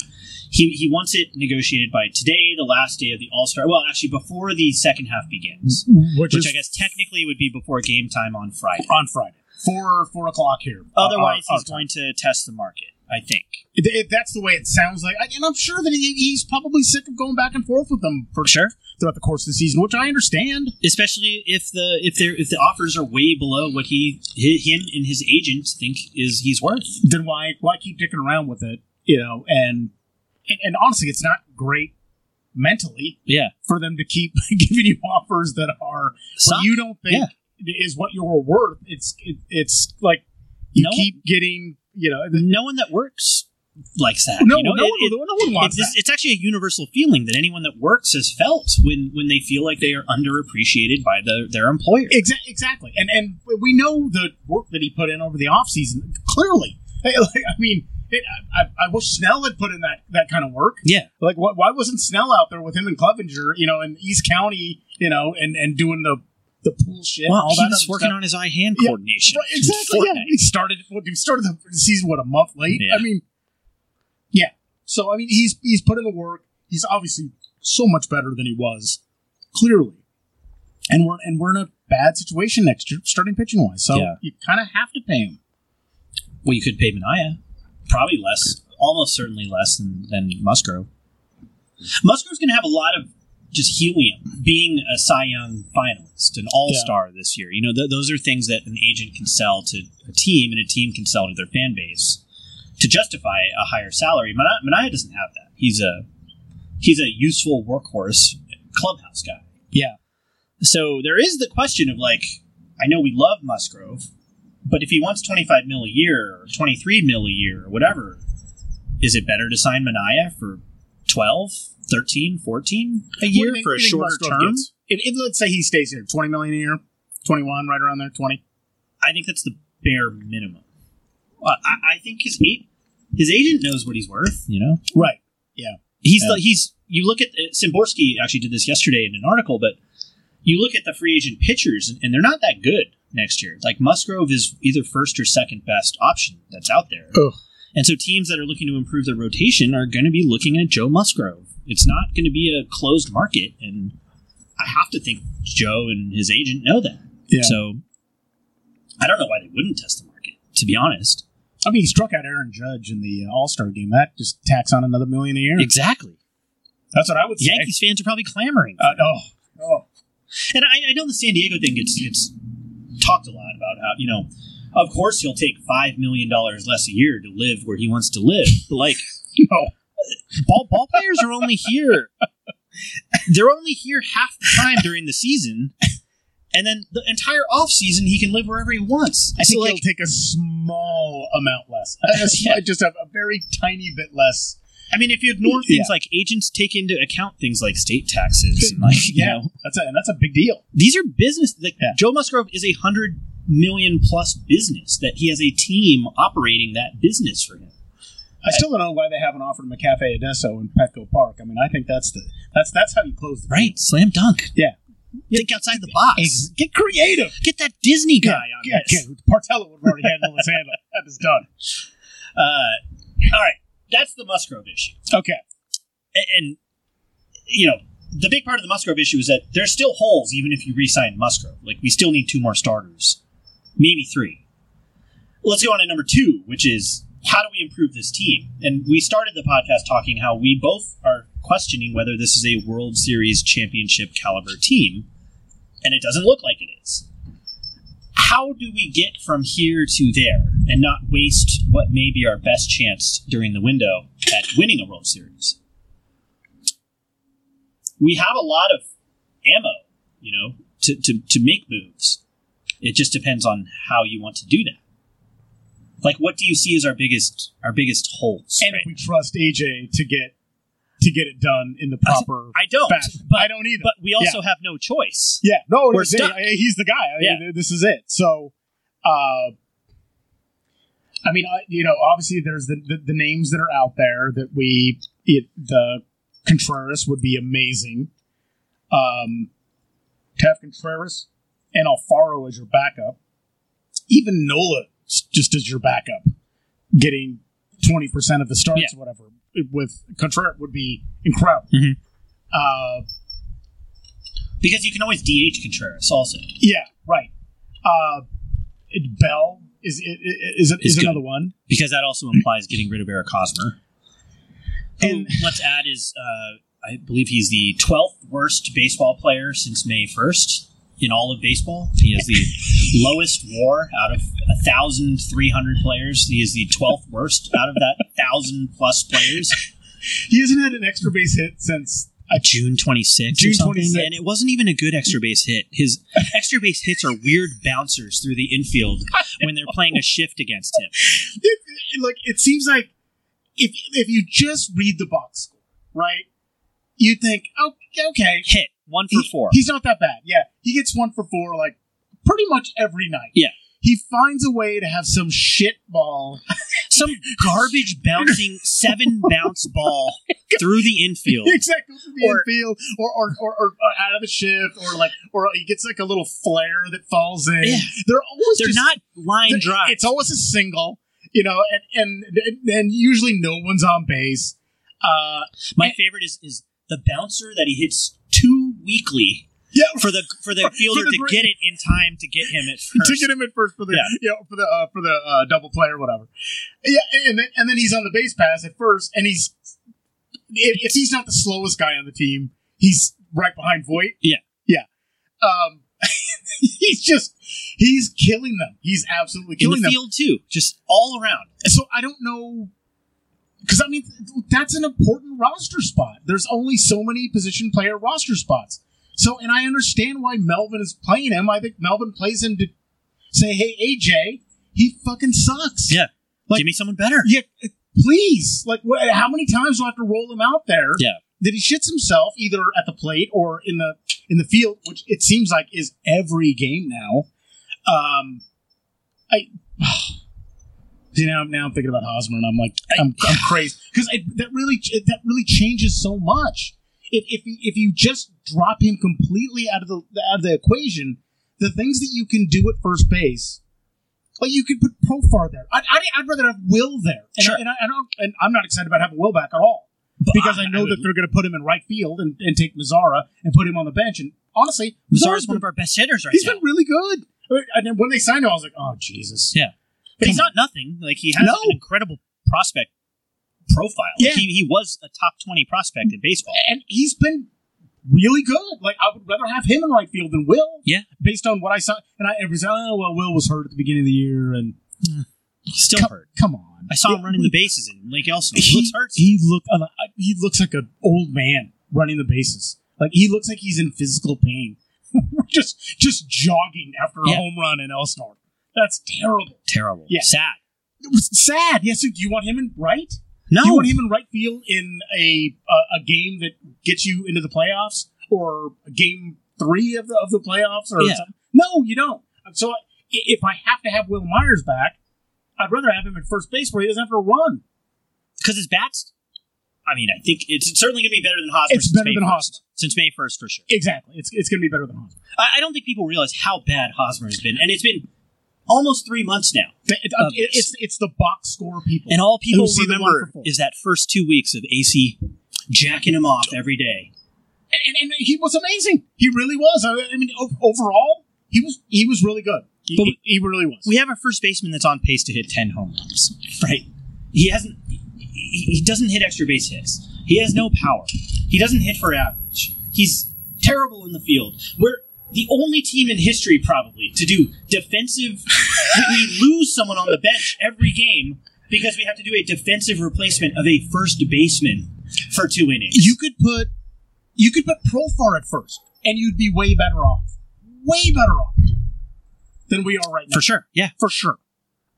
S3: he he wants it negotiated by today, the last day of the All Star. Well, actually, before the second half begins,
S4: Mm-hmm. Which,
S3: which
S4: is
S3: I guess technically would be before game time on Friday.
S4: on Friday, Uh, four four o'clock here.
S3: Otherwise,
S4: Our- our
S3: he's
S4: time.
S3: going to test the market. I think.
S4: It- it- that's the way it sounds like, and I'm sure that he, he's probably sick of going back and forth with them for
S3: Sure.
S4: throughout the course of the season, which I understand.
S3: especially if the if there if the offers are way below what he hi- him and his agent think is he's worth.
S4: Then why why keep dicking around with it? You know, and and, and honestly, it's not great mentally
S3: Yeah,
S4: for them to keep giving you offers that are
S3: Suck.
S4: what you don't think is what you're worth. It's it, it's like you
S3: No one-
S4: keep getting you know. The,
S3: no one that works likes that.
S4: no,
S3: you know?
S4: no,
S3: It-
S4: one-
S3: it-
S4: no one wants
S3: it's, just- it's actually a universal feeling that anyone that works has felt when when they feel like they are underappreciated by the, their employer.
S4: that. Exa- exactly, and and we know the work that he put in over the off season. Clearly, Hey, like, I mean, it, I, I- I wish Snell had put in that that kind of work.
S3: yeah,
S4: Like, wh- why wasn't Snell out there with him and Clevenger? You know, in East County, you know, and and doing the the pool shit. and
S3: well,
S4: all
S3: he
S4: that
S3: was
S4: other
S3: working
S4: stuff.
S3: on his eye hand
S4: Yeah,
S3: coordination.
S4: Right, exactly. Yeah,
S3: Fortnite.
S4: he started. What, he started the season what a month late.
S3: Yeah.
S4: I mean, yeah. So I mean, he's he's put in the work. He's obviously so much better than he was, clearly. And we're and we're in a bad situation next year, starting pitching wise. So
S3: Yeah.
S4: you kind of have to pay him.
S3: Well, you could pay Manaya, probably less, almost certainly less than than Musgrove. Musgrove's going to have a lot of just helium being a Cy Young finalist, an All Star this year. You know, th- those are things that an agent can sell to a team, and a team can sell to their fan base to justify a higher salary. Manaya, Manaya doesn't have that. He's a he's a useful workhorse clubhouse guy.
S4: Yeah.
S3: So there is the question of like, I know we love Musgrove, but if he wants 25 mil a year or 23 mil a year or whatever, is it better to sign Mania for 12, 13, 14 a year for a shorter term?
S4: If, if let's say he stays here, twenty million a year, twenty one, right around there, twenty.
S3: I think that's the bare minimum. Uh, I, I think his eight, his agent knows what he's worth. You know,
S4: Right.
S3: he's
S4: Yeah.
S3: the, he's. You look at uh, Simborski actually did this yesterday in an article, but you look at the free agent pitchers, and, and they're not that good next year. Like Musgrove is either first or second best option that's out there,
S4: Ugh.
S3: and so teams that are looking to improve their rotation are going to be looking at Joe Musgrove. It's not going to be a closed market, and I have to think Joe and his agent know that.
S4: Yeah.
S3: So I don't know why they wouldn't test the market. To be honest,
S4: I mean, he struck out Aaron Judge in the uh, All Star game. That just tacks on another million a year.
S3: exactly.
S4: That's what I would say.
S3: Yankees fans are probably clamoring.
S4: Uh, oh, oh,
S3: And I, I know the San Diego thing gets gets talked a lot about how you know, of course he'll take five million dollars less a year to live where he wants to live. But like,
S4: No.
S3: ball ball players are only here. They're only here half the time during the season, and then the entire off season he can live wherever he wants.
S4: I think
S3: so like,
S4: he'll take a small amount less. A sli-
S3: Yeah.
S4: Just a, a very tiny bit less.
S3: I mean, if you ignore things like agents take into account things like state taxes and like you
S4: Yeah.
S3: know
S4: That's a, and that's a big deal.
S3: these are business like
S4: Yeah.
S3: joe musgrove is a hundred million plus business that he has a team operating that business for him
S4: I still don't know why they haven't offered him a cafe Edesso in Petco Park. I mean, I think that's the that's that's how you close the
S3: right slam dunk
S4: Yeah.
S3: think outside the box
S4: Ex- get creative.
S3: get that disney guy on
S4: yeah,
S3: this
S4: yeah. Partello would have already had his hand. up. That is done.
S3: Uh, all right that's the musgrove issue
S4: Okay.
S3: and, and you know the big part of the musgrove issue is that there's still holes even if you re-sign musgrove like we still need two more starters maybe three let's go on to number two which is how do we improve this team and we started the podcast talking how we both are questioning whether this is a world series championship caliber team and it doesn't look like it is how do we get from here to there and not waste what may be our best chance during the window at winning a world series we have a lot of ammo, you know, to, to, to make moves. It just depends on how you want to do that. Like, what do you see as our biggest our biggest holes?
S4: And
S3: right
S4: if we trust AJ to get to get it done in the proper
S3: now? I don't,
S4: fashion,
S3: but
S4: I don't either.
S3: but we also have no choice.
S4: Yeah, no,
S3: We're
S4: it's-
S3: stuck.
S4: I- he's the guy. I mean, this is it. So, uh, I mean, I, you know, obviously there's the, the the names that are out there that we it the Contreras would be amazing. Um, to have Contreras and Alfaro as your backup, even Nola s- just as your backup, getting twenty percent of the starts
S3: Yeah.
S4: or whatever with Contreras would be incredible.
S3: Mhm.
S4: Uh,
S3: Because you can always DH Contreras also.
S4: Yeah, right. Uh, it- Bell is i- i- is is,
S3: Is
S4: is
S3: good.
S4: another one.
S3: Because that also implies getting rid of Eric Hosmer. Who,
S4: And-
S3: let's add, is uh, I believe he's the 12th worst baseball player since May 1st in all of baseball. He has the lowest war out of 1,300 players. He is the 12th worst out of that 1,000 plus players.
S4: He hasn't had an extra base hit since.
S3: A June 26th
S4: June
S3: or something.
S4: 26th.
S3: And it wasn't even a good extra base hit. His extra base hits are weird bouncers through the infield when they're playing a shift against him.
S4: It, it- like it seems like if if you just read the box score, right, you think oh, okay,
S3: Hit, one for
S4: he-
S3: four.
S4: he's not that bad. Yeah, he gets one for four like pretty much every night.
S3: Yeah.
S4: He finds a way to have some shit ball.
S3: some garbage bouncing seven bounce ball through the infield.
S4: Exactly. through The
S3: Or-
S4: infield or or, or or out of the shift or like or he gets like a little flare that falls in.
S3: Yeah.
S4: They're always
S3: They're
S4: just-
S3: not line
S4: Th-
S3: drive.
S4: It's always a single, you know, and and and- and usually no one's on base. Uh,
S3: My favorite is is the bouncer that he hits too weakly
S4: yeah,
S3: for the for the fielder
S4: the
S3: to
S4: gr-
S3: get it in time to get him at first.
S4: to get him at first for the
S3: Yeah.
S4: you know, for the uh, for the uh, double play or whatever. Yeah, and then and then he's on the base pass at first, and he's if, if he's not the slowest guy on the team, he's right behind Voight.
S3: Yeah.
S4: yeah. Um, he's just he's killing them. He's absolutely
S3: in
S4: killing
S3: the
S4: them.
S3: field too, just all around.
S4: So I don't know. Because I mean, th- that's an important roster spot. There's only so many position player roster spots. So, and I understand why Melvin is playing him. I think Melvin plays him to say, "Hey, AJ, he fucking sucks."
S3: Yeah.
S4: Like-
S3: Give me someone better.
S4: yeah. uh, Please, like, wh- how many times do I have to roll him out there?
S3: Yeah.
S4: that he shits himself either at the plate or in the in the field, which it seems like is every game now. Um, I, you know, now I'm thinking about Hosmer, and I'm like, I'm, I'm crazy because that really that really changes so much. If if you- if you just drop him completely out of the out of the equation, the things that you can do at first base. Like you could put Profar there. I'd, I'd, I'd rather have Will there, and,
S3: Sure.
S4: I, and, I, and, I'm, and I'm not excited about having Will back at all
S3: But
S4: because I know
S3: would-
S4: that they're going to put him in right field and, and take Mazzara and put him on the bench. And honestly,
S3: Mazzara's
S4: Mazzara's
S3: one
S4: been,
S3: of our best hitters right
S4: he's
S3: now.
S4: been really good. And then when they signed him, I was like, oh Jesus.
S3: Yeah. but he's
S4: come
S3: not nothing. Like he has
S4: No.
S3: an incredible prospect profile. Like,
S4: Yeah.
S3: he, he was a top twenty prospect in baseball.
S4: and he's been really good. Like I would rather have him in right field than Will.
S3: Yeah.
S4: Based on what I saw, and I it was oh well, Will was hurt at the beginning of the year, and
S3: Still
S4: come,
S3: hurt.
S4: come on,
S3: I saw him
S4: Yeah,
S3: running
S4: we-
S3: the bases in Lake Elsinore. He looks hurt.
S4: He look uh, he looks like an old man running the bases. Like he looks like he's in physical pain, just just jogging after a
S3: Yeah.
S4: home run in Elsinore. That's terrible.
S3: Terrible.
S4: Yeah.
S3: Sad.
S4: It was sad. Yes, do you want him in right?
S3: No.
S4: Do you want him in right field in a a, a game that gets you into the playoffs or game three of the of the playoffs or
S3: Yeah.
S4: something? No, you don't. So I- if I have to have Will Myers back, I'd rather have him at first base where he doesn't have to run.
S3: because his bats. I mean, I think it's it's certainly going to be better than Hosmer.
S4: It's
S3: since
S4: better
S3: May
S4: than
S3: 1st.
S4: Hosmer.
S3: since May first for sure.
S4: Exactly. It's it's going to be better than Hosmer.
S3: I, I don't think people realize how bad Hosmer has been, and it's been almost three months now.
S4: Th- it-
S3: Of
S4: it-
S3: this.
S4: it's it's the box score people.
S3: Um, And all people
S4: Who see the
S3: remember
S4: wonderful.
S3: is that first two weeks of AC jacking him off every day.
S4: and, and, and he was amazing. He really was. I, I mean, o- overall, he was he was really good. He,
S3: But
S4: he, he really was.
S3: We have a first baseman that's on pace to hit ten home runs. Right? He hasn't. He he doesn't hit extra base hits. He has no power. He doesn't hit for average. He's terrible in the field. We're the only team in history probably to do defensive. we- we lose someone on the bench every game because we have to do a defensive replacement of a first baseman for two innings.
S4: you could put you could put Profar at first, and you'd be way better off, way better off than we are right now.
S3: for sure. Yeah.
S4: for sure.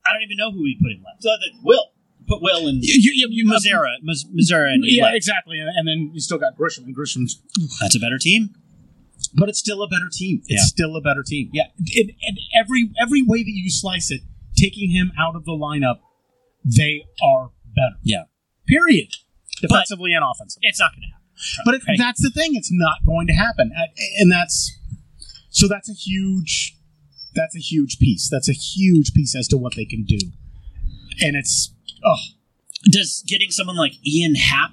S3: I don't even know who we put in left. Other than Will. Put Will in
S4: You, you, you,
S3: Missouri. Mis- Missouri and
S4: yeah,
S3: left.
S4: exactly. And, and then you still got Grisham, and Grisham's,
S3: That's a better team.
S4: but it's still a better team. It's
S3: Yeah.
S4: still a better team. Yeah, in, in every every way that you slice it, taking him out of the lineup, they are better.
S3: Yeah.
S4: Period. Defensively and offensively.
S3: It's not going to happen.
S4: But it,
S3: Right.
S4: that's the thing; it's not going to happen, Uh, and that's so that's a huge that's a huge piece. That's a huge piece as to what they can do, and it's oh
S3: Does getting someone like Ian Happ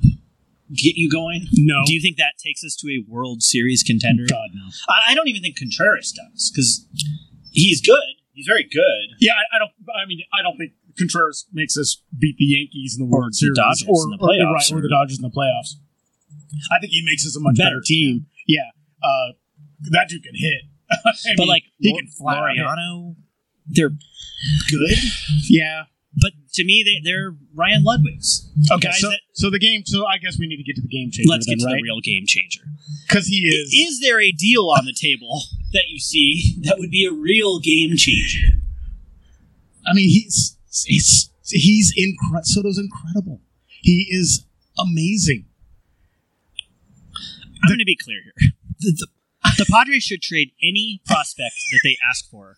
S3: get you going?
S4: no,
S3: Do you think that takes us to a World Series contender?
S4: God no.
S3: I, I don't even think Contreras does because he's good. He's very good.
S4: Yeah, I, I don't. I mean, I don't think Contreras makes us beat the Yankees in the World
S3: the
S4: Series
S3: Dodgers
S4: or,
S3: in the
S4: or-
S3: playoffs,
S4: right, or the
S3: or-
S4: Dodgers in the playoffs. I think he makes us a much
S3: Better.
S4: better, team. Yeah, uh, that dude can hit. I
S3: but
S4: mean,
S3: like
S4: he
S3: Lor-
S4: can fly.
S3: Laureano, they're good.
S4: Yeah.
S3: But to me, they, they're Ryan Ludwig's.
S4: Okay.
S3: Guys
S4: So,
S3: that-
S4: so the game. So I guess we need to get to the game changer.
S3: Let's
S4: then,
S3: get to
S4: right?
S3: the real game changer.
S4: because he
S3: Is,
S4: is.
S3: there a deal on the table that you see that would be a real game changer?
S4: I mean, he's he's he's incre- Soto's incredible. He is amazing.
S3: I'm going to be clear here. The, the, the Padres should trade any prospect that they ask for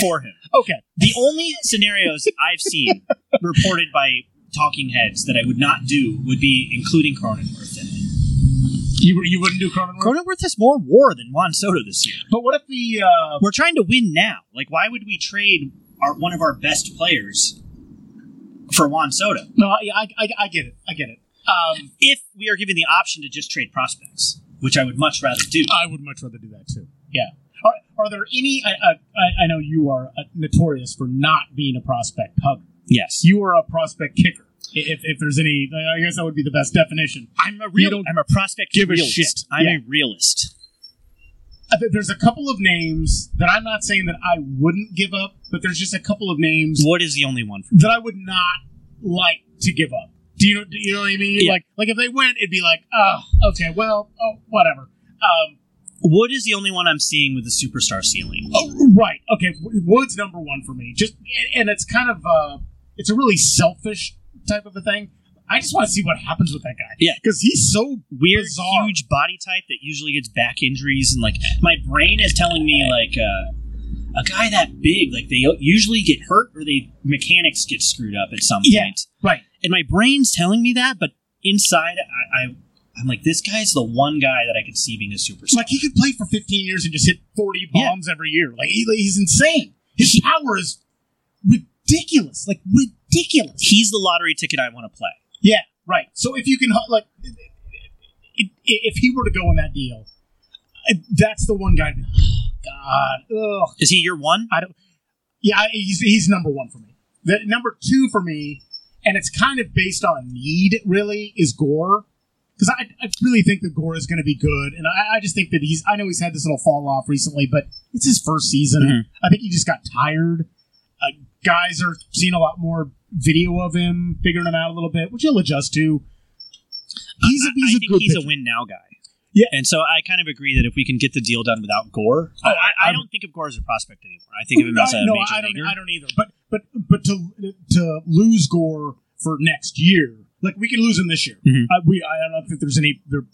S3: for him.
S4: Okay,
S3: The only scenarios I've seen reported by talking heads that I would not do would be including Cronenworth in it.
S4: you you wouldn't do Cronenworth,
S3: Cronenworth has more war than Juan Soto this year.
S4: but what if the uh,
S3: We're trying to win now. Like, why would we trade our, one of our best players for Juan Soto
S4: no? I, I I I get it. I get it. Um,
S3: if we are given the option to just trade prospects, which I would much rather do?
S4: I would much rather do that too. Yeah. Are, are there any? I, I I- I know you are uh, notorious for not being a prospect hugger.
S3: Yes,
S4: You are a prospect kicker. I- If, if there's any, I guess that would be the best definition.
S3: I'm a real.
S4: don't
S3: I'm a prospect
S4: give a
S3: realist.
S4: shit.
S3: I'm
S4: Yeah.
S3: a realist.
S4: I think There's a couple of names that I'm not saying that I wouldn't give up, but there's just a couple of names
S3: What is the only one for?
S4: that I would not like to give up. Do you know? Do you know what I mean?
S3: Yeah.
S4: Like, like if they went, it'd be like, oh, okay, well, oh, whatever. Um,
S3: Wood is the only one I'm seeing with a superstar ceiling.
S4: oh, right. Okay, W- Wood's number one for me. Just and- and it's kind of uh, it's a really selfish type of a thing. I just want to see what happens with that guy.
S3: Yeah.
S4: because he's so
S3: weird,
S4: Bizarre.
S3: huge body type that usually gets back injuries, and like my brain is telling me like uh, a guy that big, like they usually get hurt or they mechanics get screwed up at some
S4: Yeah.
S3: point.
S4: right.
S3: and my brain's telling me that, but inside I, I I'm like this guy's the one guy that I could see being a
S4: It's
S3: superstar.
S4: like he could play for 15 years and just hit 40
S3: Yeah.
S4: bombs every year. Like he, he's insane. His power is ridiculous. Like ridiculous.
S3: He's the lottery ticket I want to play.
S4: Yeah, right. So if you can, hu- like, i- i- if he were to go in that deal, I- that's the one guy. God, ugh.
S3: Is he your one?
S4: I don't. Yeah, I- he's he's number one for me. The, number two for me, and it's kind of based on need. Really, is Gore because I, I really think that Gore is going to be good, and I, I just think that he's. I know he's had this little fall off recently, but it's his first season.
S3: Mhm.
S4: I think he just got tired. Uh, guys are seeing a lot more video of him, figuring him out a little bit, which he'll adjust to. He's a,
S3: I
S4: he's a
S3: think
S4: good
S3: he's
S4: pitcher.
S3: a win now guy.
S4: Yeah.
S3: and so I kind of agree that if we can get the deal done without Gore,
S4: Oh,
S3: I,
S4: I-
S3: I, I don't think of Gore as a prospect anymore. I think of him as
S4: I-
S3: a
S4: no,
S3: major
S4: I don't.
S3: leaguer.
S4: I don't either. But but but to to lose Gore for next year, like we can lose him this year.
S3: Mhm.
S4: I, we I don't think there's any there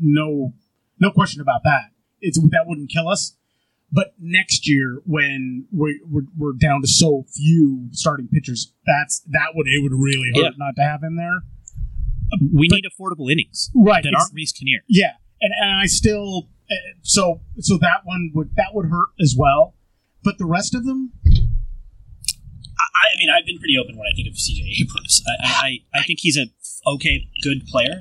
S4: no no question about that. It's that wouldn't kill us. But next year, when we're, we're, we're down to so few starting pitchers, that's that would it would really hurt
S3: Yeah.
S4: not to have him there.
S3: we need affordable innings
S4: Right.
S3: that aren't Reese Kinnear.
S4: Yeah, and, and I still uh, so so that one would that would hurt as well. But the rest of them,
S3: I, I mean, I've been pretty open when I think of CJ Abrams. I, I, I, I think he's a okay, good player,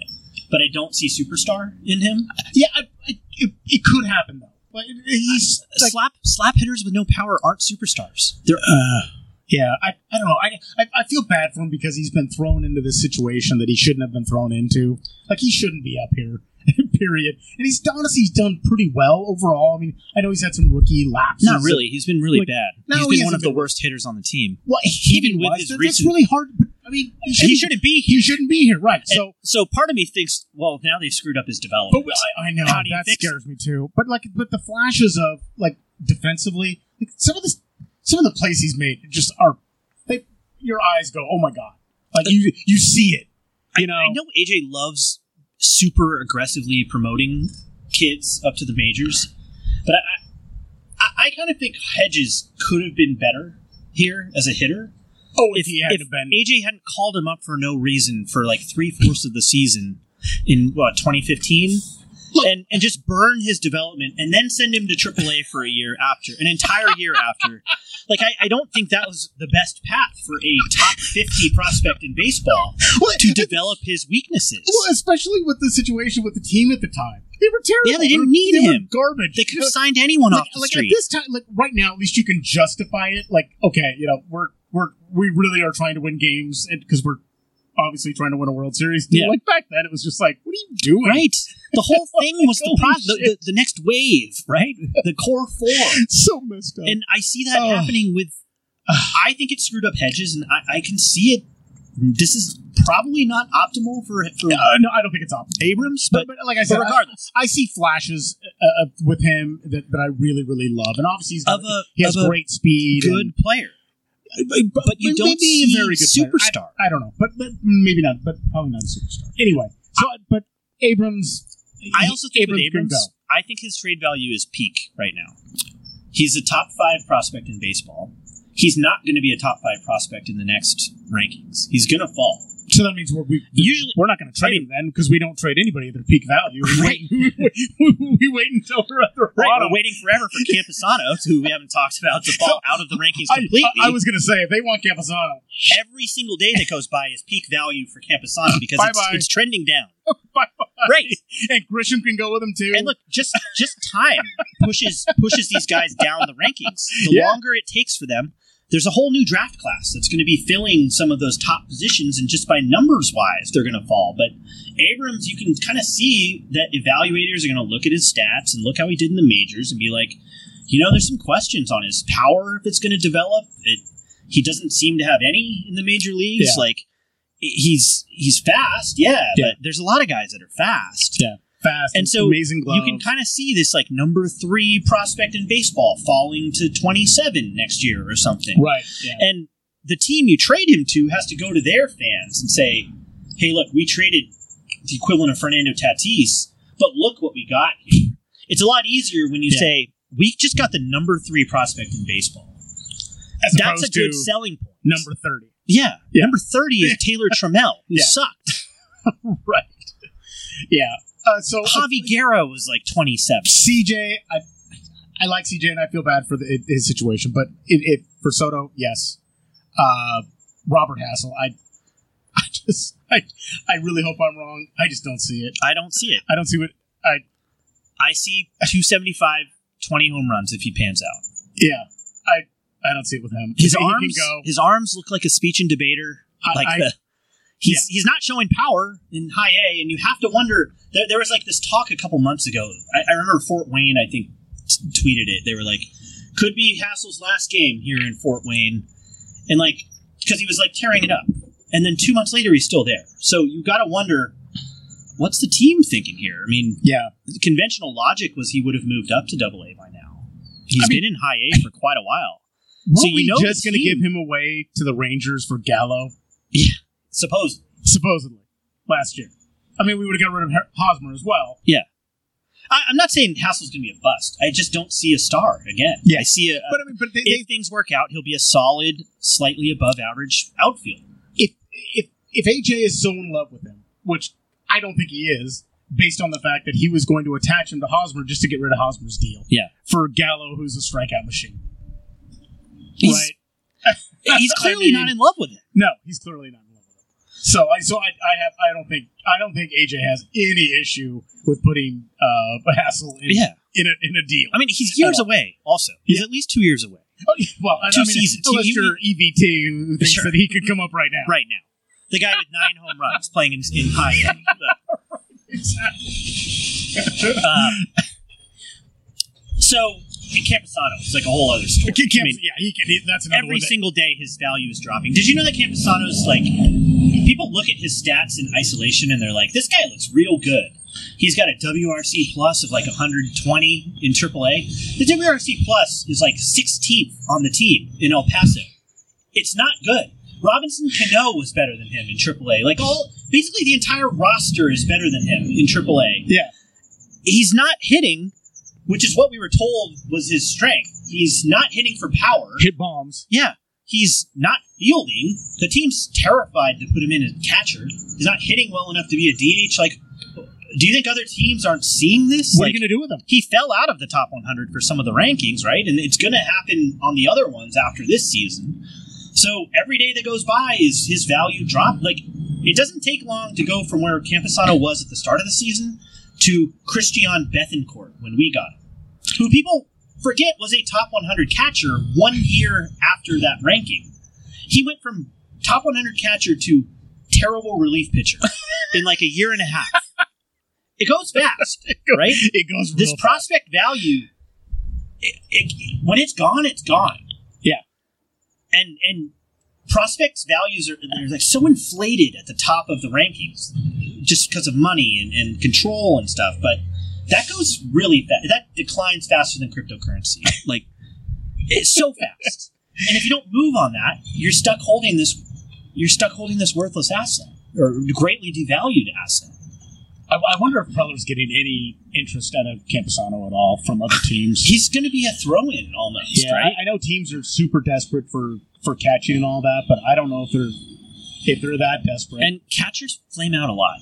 S3: but I don't see superstar in him.
S4: Yeah, I, I, it, it could happen though. But it- he's like,
S3: slap slap hitters with no power aren't superstars. They're uh,
S4: yeah, I, I don't know. I, I I feel bad for him because he's been thrown into this situation that he shouldn't have been thrown into. Like he shouldn't be up here. Period. And he's honestly he's done pretty well overall. I mean, I know he's had some rookie lapses.
S3: not really. He's been really
S4: Like,
S3: bad.
S4: no,
S3: he's
S4: he
S3: been one
S4: hasn't
S3: of the
S4: been-
S3: worst hitters on the team.
S4: Well, he
S3: Even with
S4: was.
S3: his
S4: That- that's
S3: recent-
S4: really hard. But, I mean, he shouldn't,
S3: He shouldn't be.
S4: he shouldn't be here, right?
S3: And
S4: So,
S3: so part of me thinks, well, now they've screwed up his
S4: but
S3: development.
S4: I, I know
S3: How do you
S4: that
S3: fix it?
S4: scares me too. But like, but the flashes of like defensively, like some of this, some of the plays he's made just are they. Your eyes go, oh my god! Like you, you see it.
S3: I, I know AJ loves super aggressively promoting kids up to the majors, but I, I, I kind of think Hedges could have been better here as a hitter.
S4: Oh, if,
S3: If,
S4: he had
S3: if
S4: been,
S3: AJ hadn't called him up for no reason for like three fourths of the season in what 2015. And, and just burn his development and then send him to AAA for a year after, an entire year after. Like, I, I don't think that was the best path for a top 50 prospect in baseball
S4: well,
S3: to develop his weaknesses.
S4: well, especially with the situation with the team at the time, they were terrible.
S3: Yeah, they didn't
S4: were-
S3: need
S4: they were
S3: him.
S4: garbage.
S3: They could have signed anyone
S4: like,
S3: off the
S4: like at
S3: street.
S4: this time, like right now, at least you can justify it. Like, okay, you know, we're we're we really are trying to win games because we're obviously trying to win a World Series.
S3: Yeah.
S4: Like back then, it was just like, what are you doing?
S3: right. The whole thing was the,
S4: Holy
S3: pro- the, the the next wave, right? The core four.
S4: so messed up.
S3: And I see that
S4: Oh.
S3: happening with I think it screwed up hedges and I, I can see it this is probably not optimal for, for
S4: Uh, no, I don't think it's optimal.
S3: Abrams,
S4: But,
S3: but,
S4: but like I said,
S3: regardless.
S4: I, I see flashes uh, uh, with him that, that I really, really love, and obviously he's got,
S3: Of a-
S4: he has
S3: of a
S4: great speed.
S3: good player.
S4: and,
S3: but you don't
S4: maybe a
S3: see
S4: very good player.
S3: superstar.
S4: I, I don't know, but, but maybe not, but probably not a superstar. Anyway, so but Abrams,
S3: I also think with
S4: can
S3: Abrams, I think his trade value is peak right now. He's a top five prospect in baseball. He's not going to be a top five prospect in the next rankings. He's going to fall.
S4: go. So that means we're, we
S3: Usually-
S4: we're not going to trade
S3: mean-
S4: him then because we don't trade anybody at their peak value. We wait, we, wait until we're at the
S3: Right,
S4: bottom.
S3: we're waiting forever for Camposano, who we haven't talked about, to fall out of the rankings
S4: I,
S3: completely.
S4: I, I was going to say if they want Camposano,
S3: Every single day that goes by is peak value for Camposano because it's,
S4: Bye-bye.
S3: it's trending down.
S4: bye bye.
S3: Right,
S4: and Grisham can go with him too.
S3: and look, just just time pushes pushes these guys down the rankings. The
S4: Yeah.
S3: longer it takes for them, there's a whole new draft class that's going to be filling some of those top positions, and just by numbers wise, they're going to fall. But Abrams, you can kind of see that evaluators are going to look at his stats and look how he did in the majors and be like, you know, there's some questions on his power if it's going to develop. It, he doesn't seem to have any in the major leagues.
S4: Yeah.
S3: Like he's he's fast, yeah,
S4: Yeah.
S3: but there's a lot of guys that are fast.
S4: Yeah. fast
S3: and so
S4: amazing glove.
S3: You can kind of see this like number three prospect in baseball falling to 27 next year or something.
S4: right. Yeah.
S3: And the team you trade him to has to go to their fans and say, hey, look, we traded the equivalent of Fernando Tatis, but look what we got here. It's a lot easier when you
S4: Yeah.
S3: say, we just got the number three prospect in baseball.
S4: As
S3: That's a
S4: opposed
S3: good
S4: to
S3: selling point.
S4: number thirty.
S3: yeah,
S4: Yeah.
S3: number 30 is Taylor Trammell, who
S4: Yeah.
S3: sucked.
S4: Right. Yeah. Uh, so
S3: Javi Guerra was like 27.
S4: CJ, I, I like CJ, and I feel bad for the, his situation. But it, it for Soto, yes. Uh, Robert Hassel, I, I just, I, I really hope I'm wrong. I just don't see it.
S3: I don't see it.
S4: I don't see what. I
S3: I see 275, 20 home runs if he pans out.
S4: yeah. I I don't see it with him.
S3: His
S4: He can
S3: arms,
S4: go.
S3: his arms look like a speech and debater.
S4: I-
S3: like
S4: I-
S3: the, He's, he's not showing power in high A, and you have to wonder. There, there was like this talk a couple months ago. I, I remember Fort Wayne, I think, t- tweeted it. They were like, could be Hassel's last game here in Fort Wayne. And like, because he was like tearing it up. And then two months later, he's still there. So you got to wonder what's the team thinking here? I mean,
S4: Yeah,
S3: the conventional logic was he would have moved up to double A by now. He's
S4: I mean-
S3: been in high A for quite a while.
S4: were
S3: So you
S4: we
S3: know
S4: just
S3: the
S4: going to
S3: team-
S4: give him away to the Rangers for Gallo?
S3: Suppose.
S4: Supposedly last year. I mean, we would have got rid of Her- Hosmer as well.
S3: I, I'm not saying Hassel's going to be a bust. I just don't see a star again.
S4: Yeah.
S3: I see a, a-
S4: But I mean, but they,
S3: if things work out, he'll be a solid, slightly above average outfielder.
S4: if if if AJ is so in love with him, which I don't think he is, based on the fact that he was going to attach him to Hosmer just to get rid of Hosmer's deal.
S3: Yeah.
S4: For Gallo, who's a strikeout machine.
S3: He's-
S4: right.
S3: He's
S4: I
S3: clearly
S4: mean-
S3: not in love with it.
S4: No, he's clearly not in love with him. So I so I, I have I don't think I don't think AJ has any issue with putting uh Hassel in in a in a deal.
S3: I mean, he's years
S4: At all.
S3: away, also. He's at least two years away
S4: Oh, yeah, well, I-
S3: Two
S4: I mean,
S3: seasons.
S4: Unless
S3: He- he-
S4: you're EVT who thinks
S3: Sure.
S4: that he could come up right now.
S3: right now. The guy with nine home runs playing in, in high A.
S4: Exactly.
S3: Um, so, in Camposano, it's like a whole other story.
S4: He
S3: I
S4: can't-
S3: mean,
S4: yeah, he can. He, that's another
S3: every
S4: one that-
S3: single day his value is dropping. Did you know that Camposano's like people look at his stats in isolation and they're like, this guy looks real good. He's got a WRC plus of like 120 in AAA. The WRC plus is like 16th on the team in El Paso. It's not good. Robinson Cano was better than him in AAA. Like all basically the entire roster is better than him in AAA
S4: yeah.
S3: he's not hitting, which is what we were told was his strength. He's not hitting for power.
S4: Hit bombs.
S3: Yeah, he's not fielding. The team's terrified to put him in as catcher. He's not hitting well enough to be a DH. Like, do you think other teams aren't seeing this?
S4: What are
S3: Like,
S4: you going to do with him?
S3: he fell out of the top 100 for some of the rankings, right? And it's going to happen on the other ones after this season. So every day that goes by is his value drop. Like it doesn't take long to go from where Camposano was at the start of the season to Christian Bethencourt when we got him, who people forget was a top 100 catcher one year after that ranking. He went from top 100 catcher to terrible relief pitcher in like a year and a half. It goes fast, right?
S4: It goes
S3: this
S4: real fast.
S3: prospect value it, it, when it's gone it's gone
S4: Yeah.
S3: and and prospects values are they're like so inflated at the top of the rankings just because of money and, and control and stuff but that goes really fast that declines faster than cryptocurrency like it's so fast and if you don't move on that you're stuck holding this you're stuck holding this worthless asset or greatly devalued asset
S4: I, I wonder if Preller's getting any interest out of Camposano at all from other teams.
S3: he's going to be a throw-in almost
S4: yeah,
S3: right
S4: I, I know teams are super desperate for for catching and all that, but I don't know if they're if they're that desperate.
S3: And catchers flame out a lot.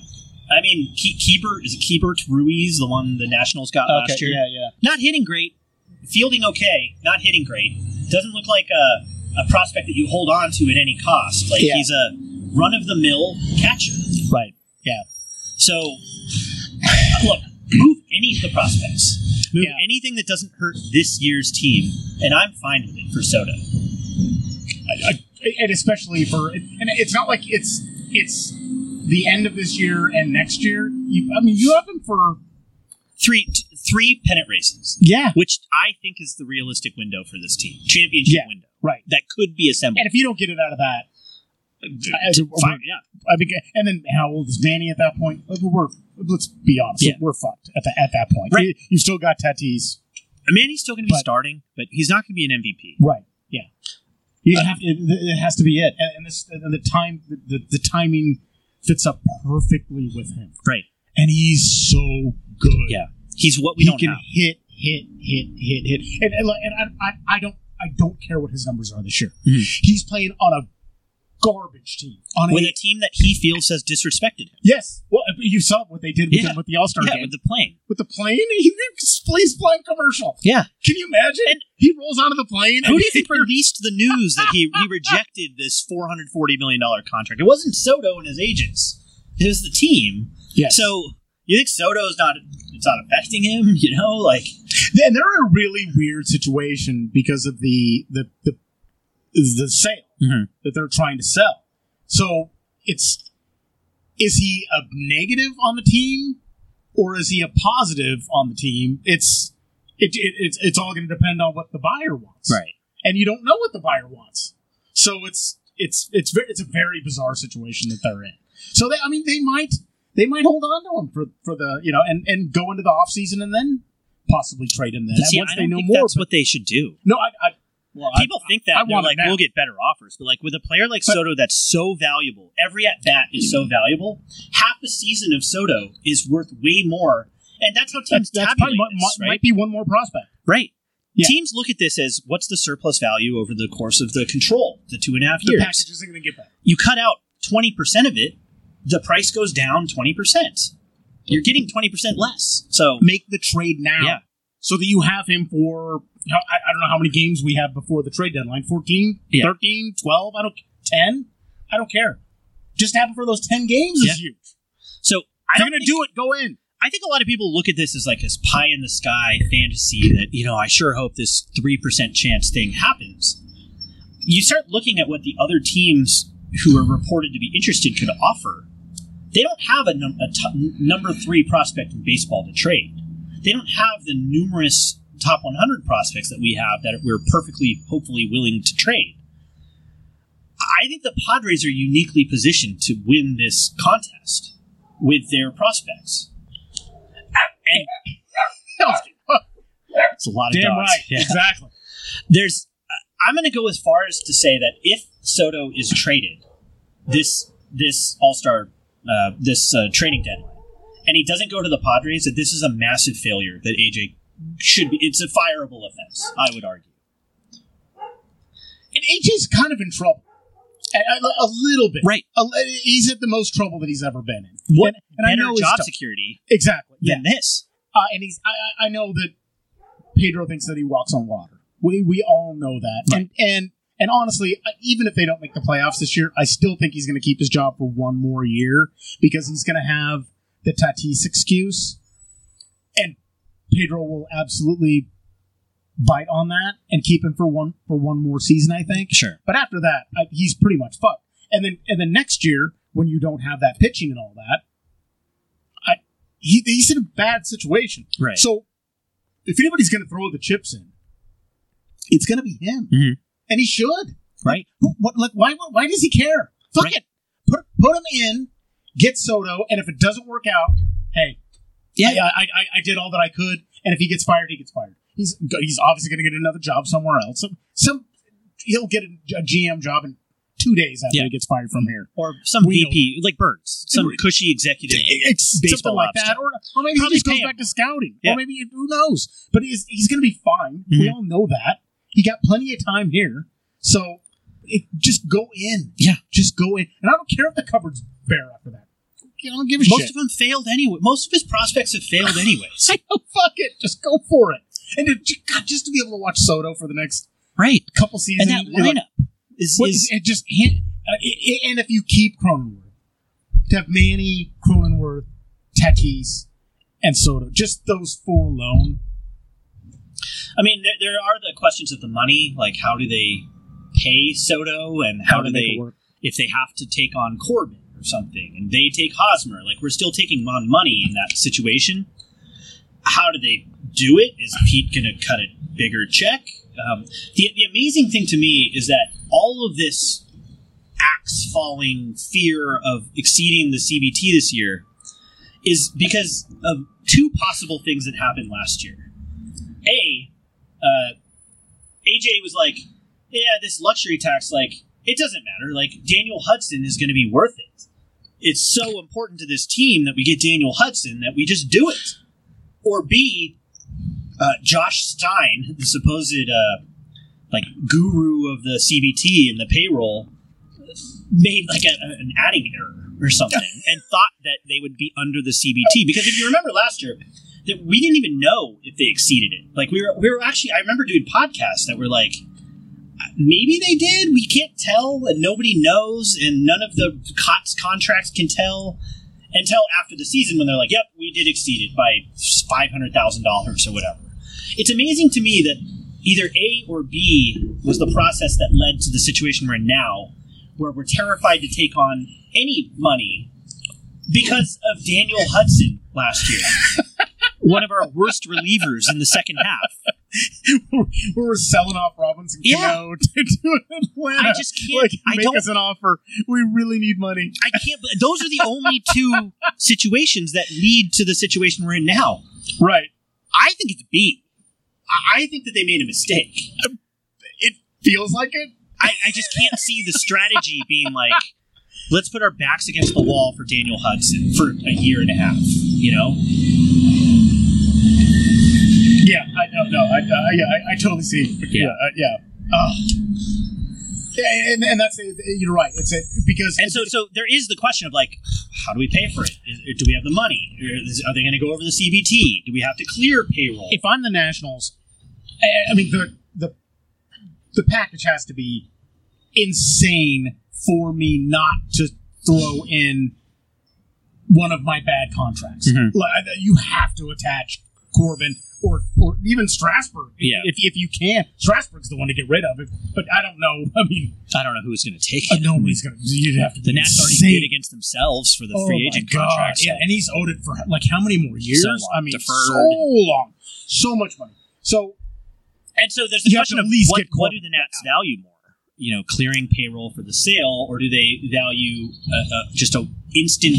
S3: I mean, Ke- Keeper is it Keebert Ruiz, the one the Nationals got
S4: okay,
S3: last year.
S4: yeah, yeah.
S3: Not hitting great, fielding okay, not hitting great. Doesn't look like a, a prospect that you hold on to at any cost. Like
S4: Yeah.
S3: he's a run of the mill catcher.
S4: Right.
S3: So look, move any of the prospects. Move
S4: Yeah.
S3: anything that doesn't hurt this year's team, and I'm fine with it for Soto.
S4: I, I, and especially for and it's not like it's it's the end of this year and next year. You, I mean, you have them for
S3: Three t- three pennant races,
S4: yeah,
S3: which I think is the realistic window for this team. Championship
S4: Yeah.
S3: window.
S4: right.
S3: that could be assembled.
S4: And if you don't get it out of that, uh, as a-
S3: Fine, yeah.
S4: I mean, and then how old is Manny at that point? Like, We're let's be honest,
S3: Yeah.
S4: we're fucked at, the, at that point.
S3: Right.
S4: You, you've still got Tatis,
S3: I mean, he's still going to be
S4: But-
S3: starting, but he's not going to be an MVP.
S4: right? Yeah, you have to, it, it has to be it, and, and, this, and the time the, the, the timing fits up perfectly with him,
S3: Right.
S4: and he's so good.
S3: Yeah. He's what we
S4: he
S3: don't
S4: can
S3: have.
S4: hit, hit, hit, hit, hit, and, and, like, and I, I, I don't I don't care what his numbers are this year.
S3: Mhm.
S4: He's playing on a garbage team on
S3: With
S4: a
S3: a team that he feels has disrespected him.
S4: yes. Well, you saw what they did with
S3: Yeah.
S4: him with the All Star
S3: Yeah,
S4: game.
S3: with the plane.
S4: with the plane. He plays flying commercial.
S3: Yeah.
S4: Can you imagine?
S3: And-
S4: he rolls out of the plane.
S3: Who do you think released the news that he, he rejected this $440 million contract? It wasn't Soto and his agents. It was the team.
S4: Yes.
S3: So you think Soto's not it's not affecting him, you know? Like
S4: and they're in a really weird situation because of the the the, the sale
S3: Mhm.
S4: that they're trying to sell. So it's is he a negative on the team or is he a positive on the team? It's it, it, it's it's all going to depend on what the buyer wants,
S3: Right.
S4: And you don't know what the buyer wants, so it's it's it's very, it's a very bizarre situation that they're in. So they, I mean, they might they might hold on to him for for the you know and and go into the off season and then possibly trade him then
S3: But see,
S4: once
S3: I
S4: they
S3: don't
S4: know
S3: think
S4: more.
S3: that's
S4: but-
S3: what they should do.
S4: no, I, I well, I-
S3: People think that
S4: I
S3: and they're
S4: want it
S3: like
S4: now.
S3: we'll get better offers, but like with a player like
S4: But- Mm.
S3: Soto, that's so valuable. Every at bat is so valuable. Half a season of Soto is worth way more, and that's how teams
S4: that's, that's
S3: tabulate
S4: probably mi-
S3: this,
S4: mi-
S3: right?
S4: might be one more prospect.
S3: Right.
S4: Yeah.
S3: Teams look at this as what's the surplus value over the course of the control, the two and a half
S4: The
S3: years.
S4: package isn't going to get back.
S3: You cut out 20% of it, the price goes down 20%. You're getting 20% less. So,
S4: make the trade now
S3: Yeah.
S4: so that you have him for how, I, I don't know how many games we have before the trade deadline 14
S3: Yeah.
S4: 13 12 i don't 10 i don't care just have him for those 10 games
S3: Yeah.
S4: is huge
S3: so
S4: if
S3: I
S4: you're
S3: don't
S4: gonna
S3: think-
S4: do it go in
S3: I think a lot of people look at this as like this pie in the sky fantasy that, you know, I sure hope this 3% chance thing happens. You start looking at what the other teams who are reported to be interested could offer. They don't have a, num- a t- number three prospect in baseball to trade. They don't have the numerous top 100 prospects that we have that we're perfectly, hopefully, willing to trade. I think the Padres are uniquely positioned to win this contest with their prospects. It's a lot of
S4: damn
S3: dogs.
S4: right
S3: Oh, Yeah.
S4: exactly
S3: There's. I- I'm going to go as far as to say that if Soto is traded, this this All Star, uh, this uh, trading deadline, and he doesn't go to the Padres, that this is a massive failure. That AJ should be. It's a fireable offense. I would argue.
S4: and aj's kind of in trouble a, a- a little bit
S3: Right.
S4: A li- he's at the most trouble that he's ever been in
S3: What
S4: and, and i
S3: Better
S4: know he's
S3: job
S4: tough.
S3: security
S4: exactly yeah
S3: than this.
S4: uh, and he's I, I- I know that Pedro thinks that he walks on water. We we all know that, and and and honestly, I- even if they don't make the playoffs this year, I still think he's going to keep his job for one more year because he's going to have the Tatis excuse, and Pedro will absolutely bite on that and keep him for one for one more season. I think.
S3: Sure.
S4: But after that, I, he's pretty much fucked. And then and then next year, when you don't have that pitching and all that, I he, he's in a bad situation.
S3: Right.
S4: So if anybody's going to throw the chips in, it's going to be him,
S3: Mhm.
S4: and he should.
S3: Right.
S4: Who- What? Like why? Why does he care? Fuck
S3: Right.
S4: it. Put put him in. Get Soto, and if it doesn't work out, hey,
S3: Yeah.
S4: I, I, I, I did all that I could, and if he gets fired, he gets fired. He's he's obviously going to get another job somewhere else. Some some he'll get a, a GM job in two days after
S3: Yeah.
S4: he gets fired from here.
S3: Or some
S4: We know
S3: VP like Birds, some cushy executive.
S4: Something like
S3: ops
S4: that,
S3: job.
S4: or, or maybe
S3: Probably
S4: he just goes
S3: pay him
S4: back to scouting,
S3: Yeah.
S4: or maybe who knows? But he's he's going to be fine. We
S3: Mhm.
S4: all know that he got plenty of time here, so it, just go in,
S3: Yeah.
S4: just go in, and I don't care if the cupboard's bare after that. I don't give a
S3: Most
S4: shit.
S3: of them failed anyway. Most of his prospects have failed anyways.
S4: I know, oh, fuck it, just go for it. And to, ju- God, just to be able to watch Soto for the next
S3: right.
S4: couple seasons,
S3: And that
S4: you're like,
S3: lineup is,
S4: what
S3: is
S4: is- it just hit, uh, it, it- and if you keep Cronenworth, to have Manny, Cronenworth, Tatis, and Soto, just those four alone.
S3: I mean, there, there are the questions of the money, like how do they pay Soto and how, do
S4: to make
S3: they,
S4: it work?
S3: if they have to take on Corbin or something, and they take Hosmer, like we're still taking on money in that situation. How do they do it? Is Pete going to cut a bigger check? Um, the, the amazing thing to me is that all of this axe falling fear of exceeding the CBT this year is because of two possible things that happened last year. A, uh, AJ was like, yeah, this luxury tax, like, it doesn't matter. Like, Daniel Hudson is going to be worth it. It's so important to this team that we get Daniel Hudson that we just do it. Or B, uh, Josh Stein, the supposed uh, like guru of the CBT and the payroll, made like a, an adding error or something and thought that they would be under the CBT because if you remember last year that we didn't even know if they exceeded it. Like we were we were actually I remember doing podcasts that were like maybe they did. We can't tell and nobody knows and none of the COTS contracts can tell until after the season when they're like, "Yep, we did exceed it by $500,000 or whatever." It's amazing to me that either A or B was the process that led to the situation we're in now where we're terrified to take on any money because of Daniel Hudson last year. One of our worst relievers in the second half.
S4: We're selling off Robinson
S3: Yeah.
S4: Cano to, to Atlanta.
S3: I just can't.
S4: Like,
S3: I
S4: make
S3: don't.
S4: us an offer. We really need money.
S3: I can't. but Those are the only two situations that lead to the situation we're in now.
S4: Right.
S3: I think it's B. I I think that they made a mistake.
S4: It feels like it.
S3: I, I just can't see the strategy being like, let's put our backs against the wall for Daniel Hudson for a year and a half. You know,
S4: Yeah, I know. No, I, uh, yeah, I, I totally see.
S3: Yeah.
S4: yeah, uh, yeah. Ugh. Yeah, and, and that's it. You're right. It's it because
S3: and so so there is the question of like, how do we pay for it? Is- do we have the money? Is- Are they going to go over the CBT? Do we have to clear payroll?
S4: if I'm the Nationals, I, I mean the the the package has to be insane for me not to throw in one of my bad contracts.
S3: Mhm.
S4: Like, I- you have to attach Corbin or or even Strasburg. if-
S3: Yeah.
S4: If, if you can, Strasburg's the one to get rid of. It, but I don't know. I mean,
S3: I don't know who's going to take
S4: uh,
S3: it.
S4: nobody's gonna. You'd have to.
S3: The
S4: be
S3: Nats already
S4: insane.
S3: bid against themselves for the
S4: Oh
S3: free
S4: my
S3: agent
S4: God,
S3: contracts.
S4: Yeah, and he's owed it for like how many more years?
S3: long,
S4: I mean,
S3: deferred.
S4: so long, so much money. So
S3: And so there's the
S4: You have
S3: question
S4: to
S3: of
S4: at least
S3: what,
S4: get
S3: what do
S4: Corbin
S3: the Nats value more? You know, clearing payroll for the sale, or do they value uh, uh, just a instant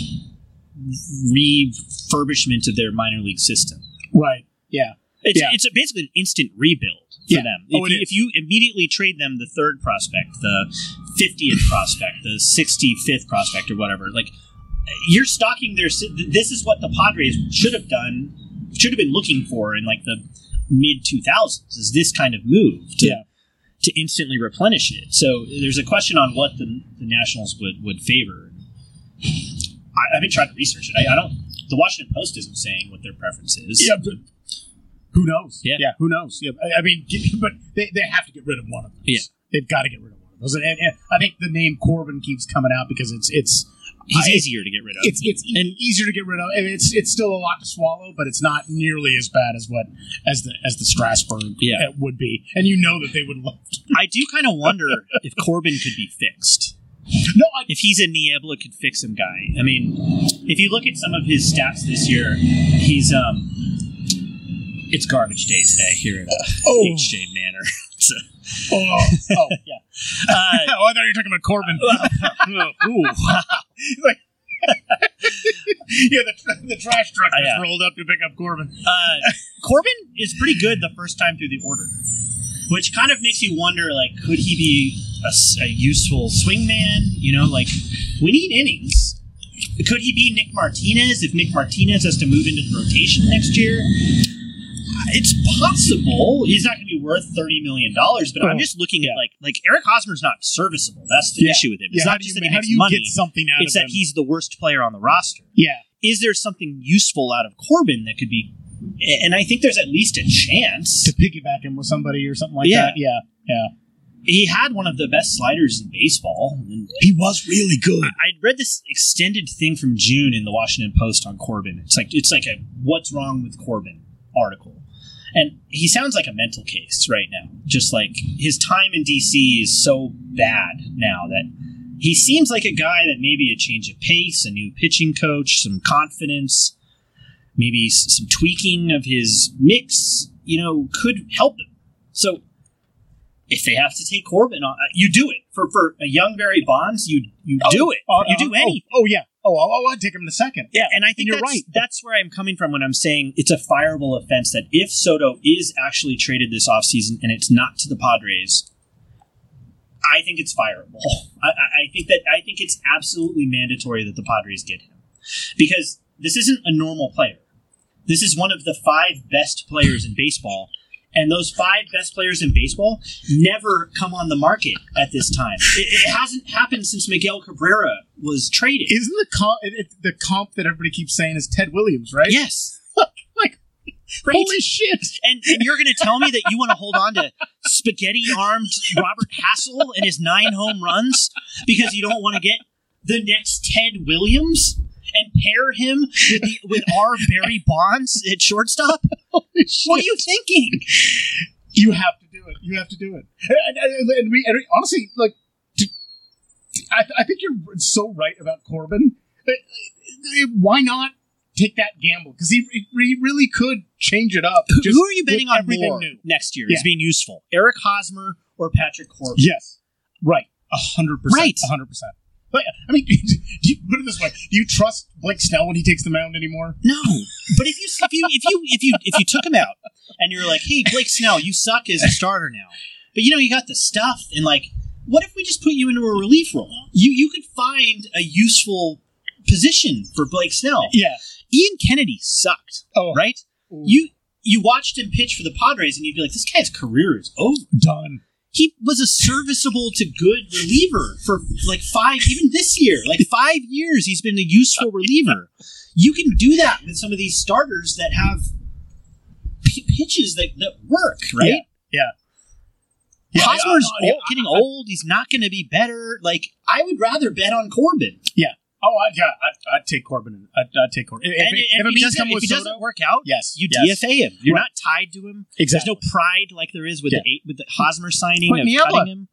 S3: refurbishment of their minor league system?
S4: Right. Yeah.
S3: It's,
S4: Yeah.
S3: it's a, basically an instant rebuild for
S4: Yeah.
S3: them. If,
S4: Oh, it
S3: you,
S4: is.
S3: if you immediately trade them the third prospect, the 50th prospect, the 65th prospect, or whatever, like you're stocking their. si- This is what the Padres should have done, should have been looking for in like the mid 2000s. Is this kind of move to
S4: Yeah.
S3: to instantly replenish it? So there's a question on what the, the Nationals would would favor. I, I've been trying to research it. I, I don't. The Washington Post isn't saying what their preference is.
S4: Yeah. But who knows?
S3: Yeah.
S4: Yeah. Who knows? Yeah. I, I mean, get- but they, they have to get rid of one of those.
S3: Yeah.
S4: They've got to get rid of one of those. And, and I think the name Corbin keeps coming out because it's it's
S3: He's
S4: I-
S3: easier to get rid of.
S4: it's it's e- easier to get rid of. And it's it's still a lot to swallow, but it's not nearly as bad as what as the as the Strasburg
S3: Yeah.
S4: uh, would be. And you know that they would love. To.
S3: I do kind of wonder if Corbin could be fixed.
S4: No, I,
S3: If he's a Niebla could fix him guy. I mean, if you look at some of his stats this year, he's um it's garbage day today here at uh,
S4: Oh.
S3: HJ Manor. So,
S4: oh, oh yeah.
S3: uh,
S4: Oh, I thought you were talking about Corbin.
S3: ooh,
S4: yeah, the, the trash truck
S3: Oh,
S4: just
S3: yeah.
S4: rolled up to pick up Corbin.
S3: uh, Corbin is pretty good the first time through the order, which kind of makes you wonder like could he be a, s- a useful swingman? You know, like we need innings. Could he be Nick Martinez if Nick Martinez has to move into the rotation next year? Uh, It's possible he's not going to be worth thirty million dollars, but I'm
S4: Oh,
S3: just looking
S4: yeah.
S3: at like like Eric Hosmer's not serviceable. That's the
S4: Yeah,
S3: issue with him.
S4: Yeah,
S3: It's
S4: how
S3: not
S4: do
S3: just
S4: you,
S3: that
S4: ma-
S3: he
S4: how
S3: makes
S4: do you
S3: money.
S4: get something out
S3: It's
S4: of
S3: that
S4: him?
S3: he's the worst player on the roster
S4: yeah,
S3: is there something useful out of Corbin that could be? And I think there's at least a chance.
S4: to piggyback him with somebody or something like
S3: Yeah.
S4: that. Yeah, yeah.
S3: He had one of the best sliders in baseball. And
S4: He was really good.
S3: I I'd read this extended thing from June in the Washington Post on Corbin. It's like it's like a "What's wrong with Corbin" article, and he sounds like a mental case right now. Just like his time in DC is so bad now that he seems like a guy that maybe a change of pace, a new pitching coach, some confidence, maybe s- some tweaking of his mix, you know, could help him. So if they have to take Corbin on, uh, you do it for for a young Barry Bonds. You you do it. you do anything.
S4: Oh, yeah. Oh, oh, oh, I'd take him in a second.
S3: Yeah, and I think
S4: you're
S3: that's,
S4: right.
S3: that's where I'm coming from when I'm saying it's a fireable offense that if Soto is actually traded this offseason and it's not to the Padres, I think it's fireable. I, I- I think that I think it's absolutely mandatory that the Padres get him. Because this isn't a normal player. This is one of the five best players in baseball. And those five best players in baseball never come on the market at this time. It, it hasn't happened since Miguel Cabrera was traded.
S4: Isn't the comp it, it, the comp that everybody keeps saying is Ted Williams, right?
S3: Yes.
S4: Like,
S3: Right?
S4: Holy shit!
S3: and, and you're going to tell me that you want to hold on to spaghetti armed Robert Hassel and his nine home runs because you don't want to get the next Ted Williams and pair him with the, with our Barry Bonds at shortstop?
S4: Holy
S3: What are
S4: shit!
S3: you thinking?
S4: You have to do it. You have to do it. And, and- and we, and we- honestly, like, to- I, I think you're so right about Corbin. why not take that gamble? Because he, he really could change it up.
S3: Who-
S4: just
S3: Who are you betting
S4: with
S3: on
S4: everything
S3: more
S4: new.
S3: next year
S4: Yeah.
S3: as being useful? Eric Hosmer or Patrick Corbin?
S4: Yes, right, a hundred percent,
S3: Right.
S4: a hundred percent. But I mean, do you put it this way? Do you trust Blake Snell when he takes the mound anymore?
S3: No, but if you if you if you if you if you took him out and you were like, hey Blake Snell, you suck as a starter now, but you know you got the stuff and like, what if we just put you into a relief role? You you could find a useful position for Blake Snell.
S4: Yeah.
S3: Ian Kennedy sucked,
S4: Oh,
S3: right?
S4: Ooh.
S3: You you watched him pitch for the Padres and you'd be like, this guy's career is over.
S4: done.
S3: he was a serviceable to good reliever for like five, even this year, like five years, he's been a useful reliever. You can do that with some of these starters that have p- pitches that, that work, right?
S4: Yeah,
S3: Yeah. Hosmer's
S4: Yeah, I- I-
S3: old- getting old. He's not going to be better. Like, I would rather bet on Corbin.
S4: Oh, I, yeah, I, I'd take Corbin. I'd, I'd take Corbin. If,
S3: and
S4: it-
S3: if,
S4: if it
S3: he,
S4: means
S3: doesn't,
S4: come
S3: if
S4: with
S3: he
S4: Soto,
S3: doesn't work out,
S4: yes,
S3: you
S4: yes.
S3: DFA him. You're
S4: Right.
S3: not tied to him.
S4: Exactly.
S3: There's no pride like there is with the eight, with the Hosmer signing
S4: Put
S3: of
S4: Niebla.
S3: cutting him.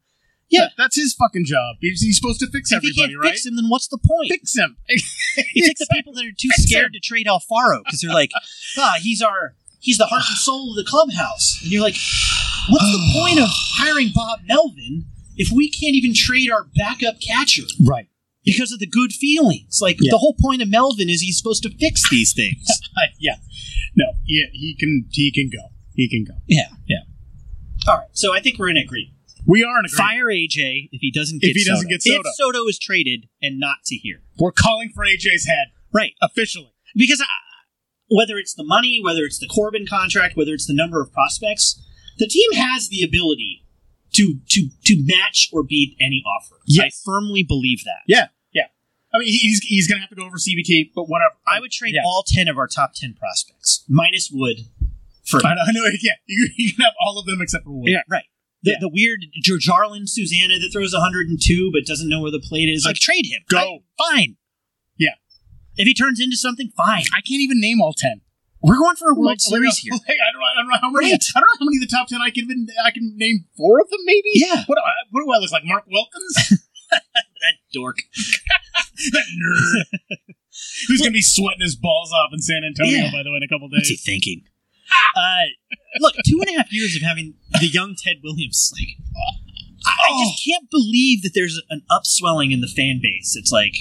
S4: yeah,
S3: yeah.
S4: that's his fucking job. He's, he's supposed to fix
S3: If you
S4: everybody,
S3: can't
S4: right?
S3: fix him, then what's the point?
S4: Fix him.
S3: It's like the people that are too scared to trade Alfaro because they're like, ah, he's our he's the heart and soul of the clubhouse. And you're like, what's the point of hiring Bob Melvin if we can't even trade our backup catcher
S4: right.
S3: because of the good feelings? Like
S4: Yeah.
S3: the whole point of Melvin is he's supposed to fix these things.
S4: I- yeah. No, he, he can he can go. He can go.
S3: yeah.
S4: Yeah.
S3: All right. So I think we're in agreement.
S4: We are in a
S3: Fire AJ if he doesn't get
S4: If he
S3: Soto.
S4: doesn't get Soto.
S3: If Soto is traded and not to here.
S4: We're calling for AJ's head
S3: Right.
S4: officially.
S3: because I, whether it's the money, whether it's the Corbin contract, whether it's the number of prospects, the team has the ability to to to match or beat any offer.
S4: Yes.
S3: I firmly believe that.
S4: Yeah. Yeah. I mean, he's he's gonna have to go over CBT, but whatever.
S3: I would trade
S4: Yeah.
S3: all ten of our top ten prospects minus Wood for
S4: I know. I know yeah, you, you can have all of them except for Wood.
S3: right. The,
S4: Yeah.
S3: the weird Jar- Jarlin Susanna that throws 102 but doesn't know where the plate is. Like, trade him.
S4: Go.
S3: I- fine.
S4: Yeah.
S3: If he turns into something, fine.
S4: I can't even name all ten.
S3: We're "Oh going for a World
S4: Like,
S3: Series here.
S4: like, like, I, don't, I don't know how many.
S3: Right.
S4: I don't know how many of the top ten I can even I can name four of them maybe.
S3: Yeah.
S4: What do I, what do I look like, Mark Wilkins?
S3: That dork.
S4: that nerd who's gonna be sweating his balls off in San Antonio
S3: Yeah.
S4: by the way in a couple
S3: What's he
S4: days.
S3: thinking? Uh, look, two and a half years of having the young Ted Williams, like, I, I just can't believe that there's an upswelling in the fan base. It's like,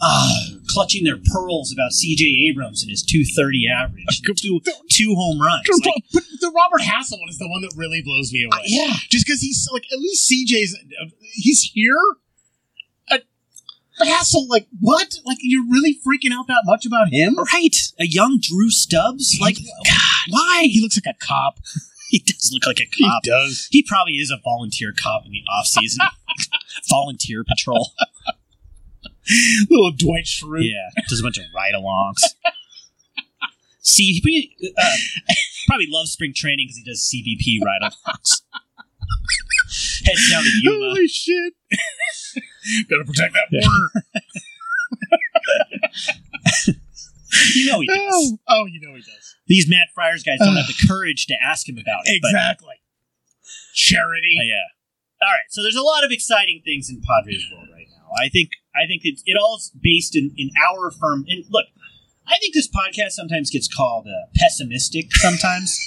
S3: uh, clutching their pearls about C.J. Abrams and his 230 average, and two, two home runs. Like,
S4: but the Robert Hassel one is the one that really blows me away.
S3: uh, yeah,
S4: Just because he's like at least CJ's he's here. Uh, Hassel, like what? Like you're really freaking out that much about him?
S3: right. A young Drew Stubbs, like, why?
S4: He looks like a cop.
S3: He does look like a cop.
S4: does.
S3: He probably is a volunteer cop in the off season. volunteer patrol.
S4: Little Dwight Schrute.
S3: Yeah, does a bunch of ride-alongs. See, he pretty- uh, probably loves spring training because he does CBP ride-alongs. Heads down to Yuma.
S4: Holy shit! Gotta protect that
S3: uh, Yeah.
S4: border.
S3: You know he does.
S4: Oh, oh, you know he does.
S3: These Matt Friars guys don't have the courage to ask him about it. but-
S4: Exactly. Charity.
S3: Uh, yeah. All right. So there's a lot of exciting things in Padres world right now. I think I think it's it all's based in in our firm. And look, I think this podcast sometimes gets called uh, pessimistic. Sometimes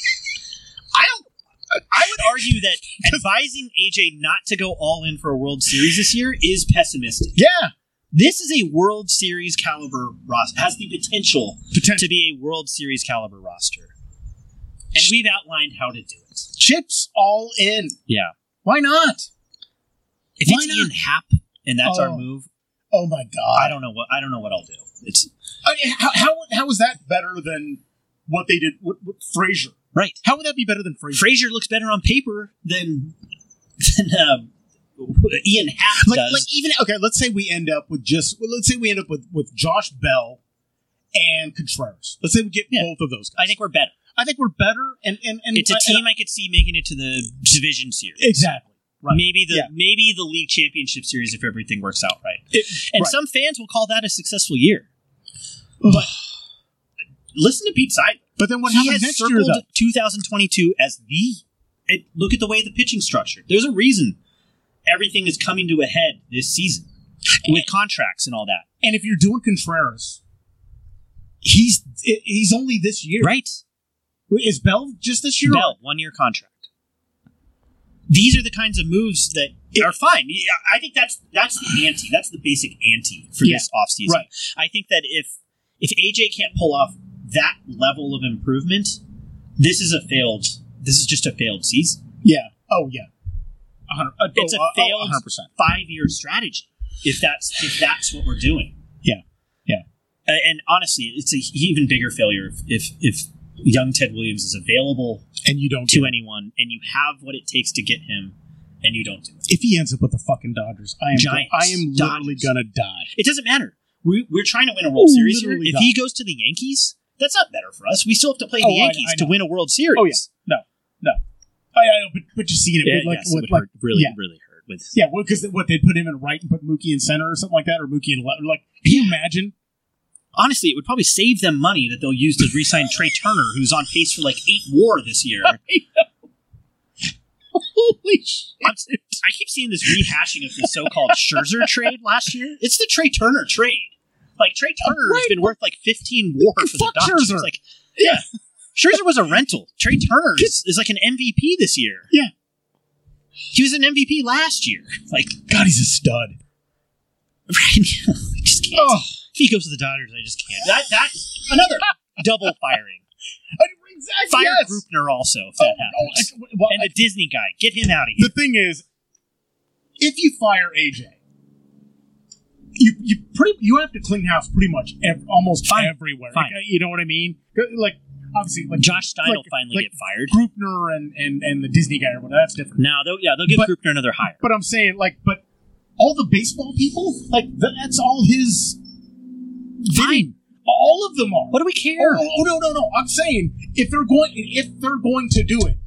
S3: I don't. I would argue that advising AJ not to go all in for a World Series this year is pessimistic.
S4: yeah.
S3: This is a World Series caliber roster. Has the potential
S4: Potential
S3: to be a World Series caliber roster, and we've outlined how to do it.
S4: chips all in.
S3: Yeah.
S4: Why not?
S3: If
S4: Why
S3: it's
S4: not?
S3: Ian Happ and that's our
S4: Oh.
S3: move,
S4: Oh my god.
S3: I don't know what I don't know what I'll do. It's
S4: I mean, how, how how was that better than what they did with, with Frasier?
S3: right.
S4: How would that be better than Frasier?
S3: Frazier looks better on paper than than um, Ian Happ
S4: like,
S3: does.
S4: like even okay, let's say we end up with just well, let's say we end up with with Josh Bell and Contreras. Let's say we get
S3: Yeah.
S4: both of those guys.
S3: I think we're better.
S4: I think we're better, and and, and
S3: It's a
S4: and-
S3: team I could see making it to the division series.
S4: exactly. right.
S3: Maybe the
S4: Yeah.
S3: maybe the league championship series if everything works out right.
S4: It-
S3: and
S4: right.
S3: some fans will call that a successful year. But listen to Pete Seidler.
S4: But then what
S3: he
S4: happens
S3: has
S4: next year?
S3: circled
S4: Though?
S3: 2022 as the. and look at the way the pitching structure. There's a reason everything is coming to a head this season. with contracts and all that.
S4: And if you're doing Contreras, he's i- he's only this year.
S3: Right.
S4: Is Bell just this year?
S3: Bell, one year contract. These are the kinds of moves that are fine. Yeah, I think that's that's the ante. That's the basic ante for
S4: Yeah,
S3: this offseason.
S4: right.
S3: I think that if if AJ can't pull off that level of improvement, this is a failed. This is just a failed season.
S4: Yeah. Oh yeah. A hundred- uh,
S3: It's
S4: oh, uh,
S3: a
S4: oh,
S3: failed
S4: 100%.
S3: five year strategy. If that's if that's what we're doing.
S4: Yeah. Yeah.
S3: A- And honestly, it's a even bigger failure if if, if young Ted Williams is available
S4: And you don't
S3: to
S4: get it.
S3: anyone, and you have what it takes to get him, and you don't do it.
S4: If he ends up with the fucking Dodgers, I am
S3: Giants,
S4: I am literally
S3: Dodgers.
S4: gonna die.
S3: It doesn't matter. We, we're trying to win a World
S4: Ooh,
S3: Series here.
S4: literally
S3: If
S4: not.
S3: he goes to the Yankees, that's not better for us. We still have to play
S4: Oh,
S3: the
S4: I-
S3: Yankees
S4: I
S3: to
S4: know.
S3: win a World Series.
S4: Oh, yeah. I, I know, but, but you see it,
S3: Yeah,
S4: with, like,
S3: yes, it
S4: with,
S3: would
S4: like
S3: hurt. Really,
S4: yeah.
S3: really hurt. With
S4: yeah, because what they put him in right and put Mookie in center or something like that, or Mookie in left. Like, can you imagine?
S3: honestly, it would probably save them money that they'll use to re-sign Trey Turner, who's on pace for like eight WAR this year.
S4: Holy shit!
S3: I'm- I keep seeing this rehashing of the so-called Scherzer trade last year. It's the Trey Turner trade. Like Trey Turner has
S4: Right.
S3: been worth like 15 WAR for the
S4: Fuck
S3: Dodgers.
S4: Scherzer.
S3: Like, yeah, Scherzer was a rental. Trey Turner is, is like an MVP this year.
S4: Yeah.
S3: he was an MVP last year. Like,
S4: God, he's a stud.
S3: right? I just can't.
S4: Oh,
S3: If he goes to the Dodgers, I just can't. That that's another double firing.
S4: I- exactly.
S3: Fire
S4: yes.
S3: Grupner also if
S4: Oh,
S3: that
S4: oh,
S3: happens.
S4: I- well,
S3: and the Disney guy, get him out of here.
S4: the thing is, if you fire AJ, you you pretty you have to clean house pretty much ev- almost
S3: Fine.
S4: everywhere.
S3: Fine.
S4: Like, you know what I mean? Like obviously, like
S3: Josh Stein will
S4: like-
S3: finally
S4: like
S3: get fired.
S4: Grupner and and and the Disney guy or whatever. That's different.
S3: Now, they'll, yeah, they'll give
S4: But-
S3: Grupner another hire.
S4: But I'm saying like, but all the baseball people, like th- that's all his.
S3: Fine.
S4: All of them are.
S3: What do we care?
S4: Oh, oh, no, no, no! I'm saying if they're going, if they're going to do it,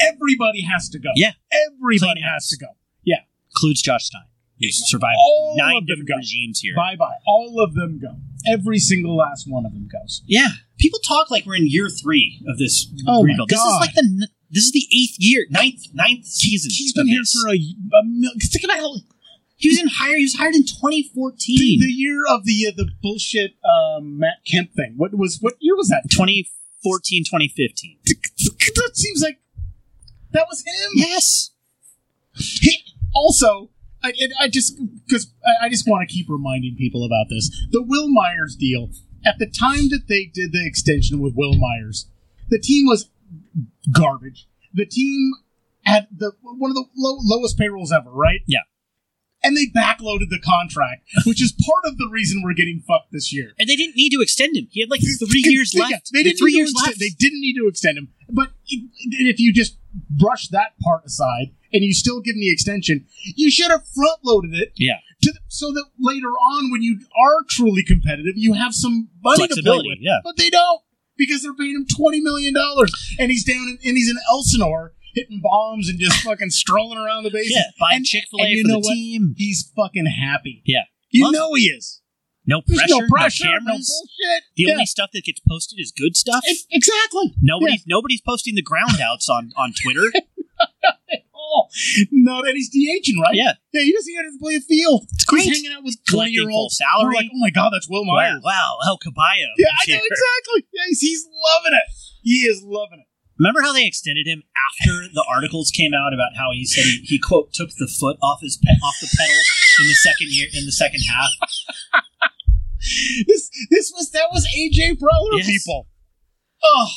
S4: everybody has to go.
S3: Yeah.
S4: everybody
S3: Clean house.
S4: has to go.
S3: Includes Josh Stein, who's survived
S4: All
S3: nine
S4: of them
S3: different
S4: go.
S3: regimes here.
S4: Bye bye. All of them go. Every single last one of them goes.
S3: Yeah, people talk like we're in year three of this
S4: Oh my
S3: rebuild. This is
S4: God.
S3: like the n- this is the eighth year, ninth ninth season.
S4: He's been here for a, a mil- think about how
S3: he was in hire. He was hired in 2014.
S4: the, the year of the uh, the bullshit um, Matt Kemp thing. What was what year was that?
S3: 2014, 2015.
S4: That seems like that was him.
S3: Yes.
S4: He- also, I, and I just because I, I just want to keep reminding people about this. The Will Myers deal. At the time that they did the extension with Will Myers, the team was garbage. The team had the one of the low, lowest payrolls ever, right?
S3: Yeah.
S4: And they backloaded the contract, which is part of the reason we're getting fucked this year.
S3: And they didn't need to extend him. He had like three years
S4: Yeah,
S3: left.
S4: They didn't
S3: three
S4: need
S3: years
S4: to extend,
S3: left.
S4: They didn't need to extend him. But if- if you just brush that part aside and you still give him the extension, you should have front loaded it.
S3: Yeah.
S4: To the, so that later on, when you are truly competitive, you have some money to play
S3: Flexibility,
S4: with.
S3: yeah.
S4: But they don't because they're paying him twenty million dollars, and he's down in, and he's in Elsinore hitting bombs and just fucking strolling around the bases.
S3: yeah, buying
S4: And-
S3: Chick Fil
S4: and
S3: A
S4: you
S3: for
S4: know
S3: the
S4: what?
S3: team.
S4: He's fucking happy.
S3: Yeah.
S4: You
S3: Love
S4: know he is.
S3: No
S4: There's
S3: pressure.
S4: no pressure. No,
S3: cameras.
S4: bullshit.
S3: the
S4: Yeah.
S3: only stuff that gets posted is good stuff.
S4: E- exactly.
S3: Nobody's nobody's posting the ground outs on on Twitter.
S4: Oh, no, that he's DHing, right?
S3: yeah,
S4: Yeah, he doesn't even play a field.
S3: it's
S4: He's hanging out with 20
S3: Collecting
S4: year
S3: full
S4: old
S3: salary.
S4: Like, oh my God, that's Will
S3: wow,
S4: Myers.
S3: wow, El Caballo.
S4: Yeah, I know exactly. Yeah, he's, he's loving it. He is loving it.
S3: Remember how they extended him after the articles came out about how he said he, he quote took the foot off his pe- off the pedal in the second year in the second half.
S4: This this was that was AJ Preller,
S3: Yes.
S4: people. Oh,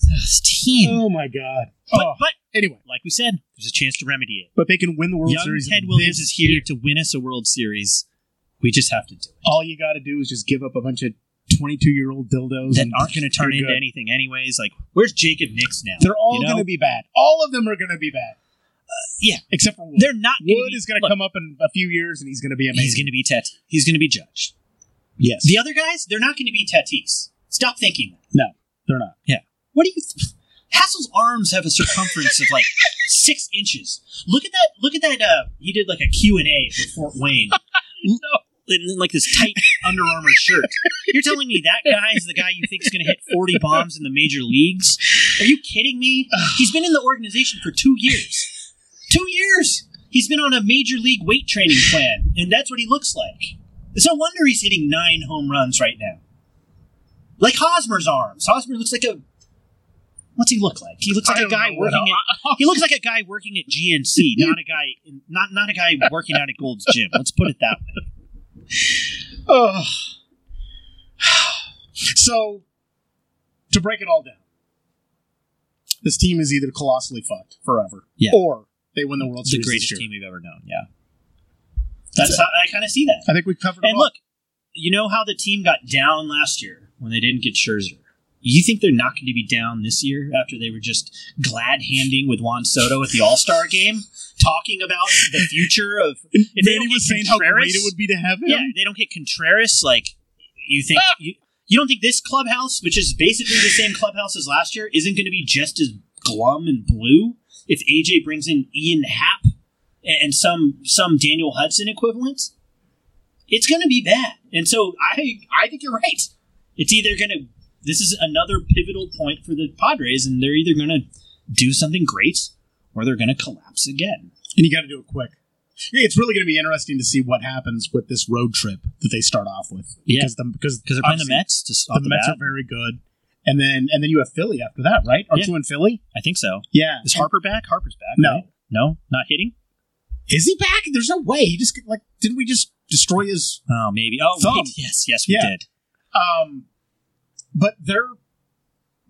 S3: This team,
S4: oh my God.
S3: but,
S4: Oh,
S3: but
S4: anyway,
S3: like we said, there's a chance to remedy it.
S4: but they can win the World
S3: Young
S4: Series.
S3: Ted
S4: this
S3: Williams is here
S4: year.
S3: to win us a World Series. We just have to do it.
S4: All you got to do is just give up a bunch of twenty two year old dildos
S3: That
S4: and
S3: aren't going to turn
S4: you're
S3: into
S4: good.
S3: anything, anyways. Like, where's Jacob Nix now?
S4: They're all
S3: You know? Uh,
S4: going to be bad. All of them are going to be bad.
S3: yeah.
S4: except for Wood.
S3: They're not. gonna
S4: Wood
S3: be-
S4: is going to
S3: look,
S4: come up in a few years, and he's going to be amazing.
S3: He's going to be Tet. He's going to be judged.
S4: yes,
S3: The other guys, they're not going to be Tatis. Stop thinking that.
S4: they're not.
S3: What do you? Hassel's arms have a circumference of like six inches. Look at that! Look at that! Uh, he did like a Q and A for Fort Wayne. In, in, like this tight Under Armour shirt. You're telling me that guy is the guy you think is going to hit 40 bombs in the major leagues? Are you kidding me? He's been in the organization for two years. Two years. He's been on a major league weight training plan, and that's what he looks like. It's no wonder he's hitting nine home runs right now. Like Hosmer's arms. Hosmer looks like a. What's he look like? He looks
S4: I
S3: like a
S4: don't
S3: guy
S4: know what
S3: working. At, he looks like a guy working at GNC, not a guy, not not a guy working out at Gold's Gym. Let's put it that way.
S4: Ugh. so, to break it all down, this team is either colossally fucked forever,
S3: Yeah.
S4: or they win the World
S3: It's the
S4: Series.
S3: greatest
S4: this year.
S3: team we've ever known. Yeah, that's how I kind of see that.
S4: I think we covered. it
S3: And
S4: all.
S3: look, you know how the team got down last year when they didn't get Scherzer. You think they're not going to be down this year after they were just glad handing with Juan Soto at the All Star game, talking about the future of if they
S4: Manny
S3: don't get
S4: was saying how great
S3: Contreras-
S4: it would be to have him.
S3: Yeah, if they don't get Contreras. Like you think
S4: Ah!
S3: you, you don't think this clubhouse, which is basically the same clubhouse as last year, isn't going to be just as glum and blue if AJ brings in Ian Happ and, and some some Daniel Hudson equivalent. It's going to be bad, and so I I think you're right. It's either going to this is another pivotal point for the Padres, and they're either going to do something great or they're going to collapse again.
S4: and you got to do it quick. Yeah, It's really going to be interesting to see what happens with this road trip that they start off with.
S3: Yeah.
S4: because the, because
S3: Because they're playing the
S4: obviously
S3: Mets to
S4: The
S3: stop the,
S4: Mets
S3: bat.
S4: are very good, and then and then you have Philly after that, right? Aren't
S3: Yeah.
S4: you in Philly?
S3: I think so.
S4: Yeah,
S3: Is Harper back? Harper's back.
S4: No.
S3: right? no, not hitting.
S4: Is he back? There's no way. He just like didn't we just destroy his
S3: Oh, maybe. Oh,
S4: Thumb.
S3: wait. yes, yes, we
S4: Yeah.
S3: did.
S4: Um, but they're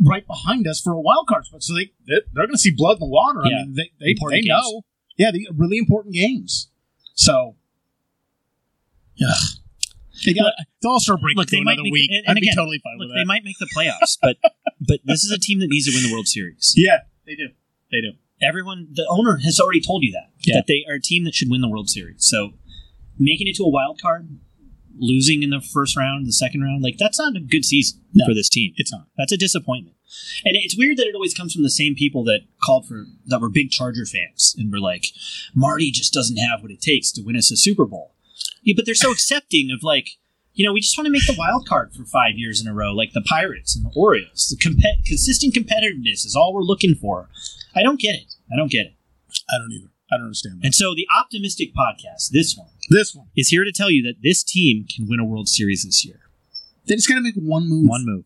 S4: right behind us for a wild card spot, so they they're, they're going to see blood in the water. I
S3: Yeah.
S4: mean, they they, they
S3: Important games.
S4: know. Yeah, the really important games. So, yeah, they got the All Star break
S3: look,
S4: to
S3: they might
S4: another
S3: make-
S4: week.
S3: and- and
S4: I'd
S3: again,
S4: be totally fine
S3: Look,
S4: with
S3: they
S4: that.
S3: might make the playoffs, but but this is a team that needs to win the World Series.
S4: yeah, they do. They do.
S3: Everyone, the owner has already told you that
S4: Yeah.
S3: that they are a team that should win the World Series. So making it to a wild card, losing in the first round, the second round, like that's not a good season
S4: No.
S3: for this team.
S4: It's not.
S3: That's a disappointment. And it's weird that it always comes from the same people that called for that were big Charger fans and were like, Marty just doesn't have what it takes to win us a Super Bowl. Yeah, but they're so accepting of like, you know, we just want to make the wild card for five years in a row, like the Pirates and the Orioles. The compe- consistent competitiveness is all we're looking for. I don't get it. I don't get it.
S4: I don't either. I don't understand that.
S3: And so the optimistic podcast, this one,
S4: This one,
S3: is here to tell you that this team can win a World Series this year.
S4: they just got to make one move.
S3: One move,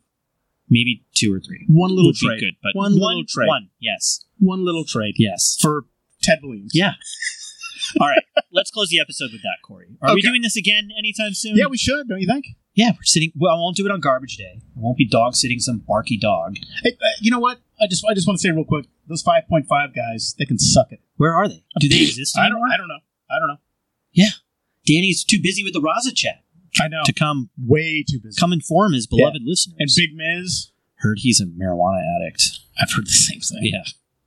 S3: maybe two or three.
S4: One little
S3: would
S4: trade.
S3: be good, but
S4: one, little trade.
S3: One, yes,
S4: One little trade.
S3: yes.
S4: For Ted Williams.
S3: Yeah. All right. Let's close the episode with that, Corey. Are we
S4: Okay.
S3: doing this again anytime soon?
S4: Yeah, we should, don't you think?
S3: yeah, we're sitting. Well, I won't do it on garbage day. I won't be dog sitting some barky dog.
S4: Hey, uh, you know what? I just I just want to say real quick, those five point five guys, they can suck it.
S3: Where are they? Do they exist
S4: I don't.
S3: anymore?
S4: I don't know. I don't know.
S3: Danny's too busy with the Raza chat
S4: I know.
S3: to come
S4: Way too busy.
S3: come inform his beloved listeners.
S4: and Big Miz,
S3: Heard he's a marijuana addict.
S4: I've heard the same thing.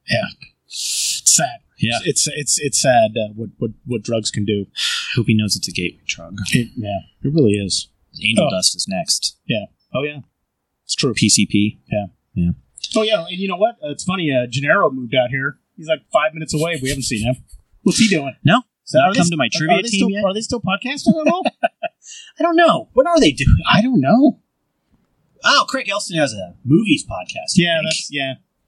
S3: Yeah.
S4: It's sad.
S3: Yeah.
S4: It's it's it's sad uh, what what what drugs can do.
S3: Hope he knows it's a gateway drug.
S4: It, yeah, it really is.
S3: Angel
S4: Oh.
S3: Dust is next.
S4: Oh yeah, it's true.
S3: PCP.
S4: Oh yeah, and you know what? Uh, it's funny. Uh, Gennaro moved out here. He's like five minutes away. We haven't seen him. What's he doing?
S3: No.
S4: So
S3: Not
S4: are they
S3: come
S4: s-
S3: to my
S4: are
S3: trivia
S4: they
S3: team
S4: still-
S3: yet?
S4: Are they still podcasting at all?
S3: I don't know. What are they doing?
S4: I don't know.
S3: Oh, Craig Elston has a movies podcast. I
S4: Yeah,
S3: think.
S4: that's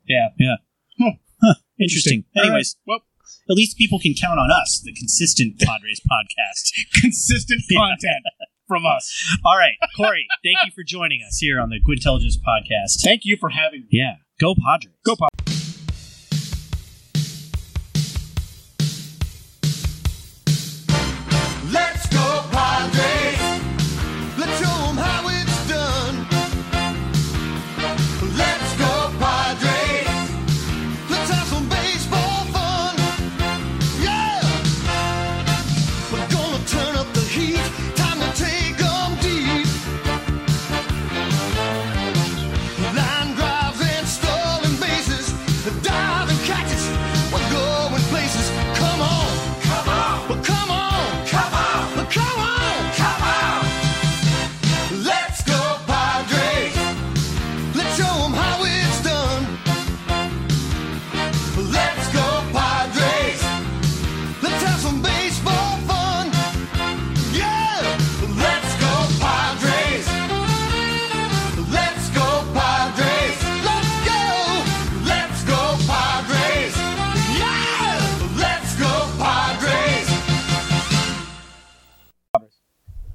S4: yeah. Hmm.
S3: Interesting.
S4: All right.
S3: Anyways,
S4: Well-
S3: at least people can count on us, the consistent Padres podcast.
S4: Consistent content from us.
S3: All right, Corey, thank you for joining us here on the Good Intelligence Podcast.
S4: Thank you for having me.
S3: Yeah, go Padres.
S4: Go Padres.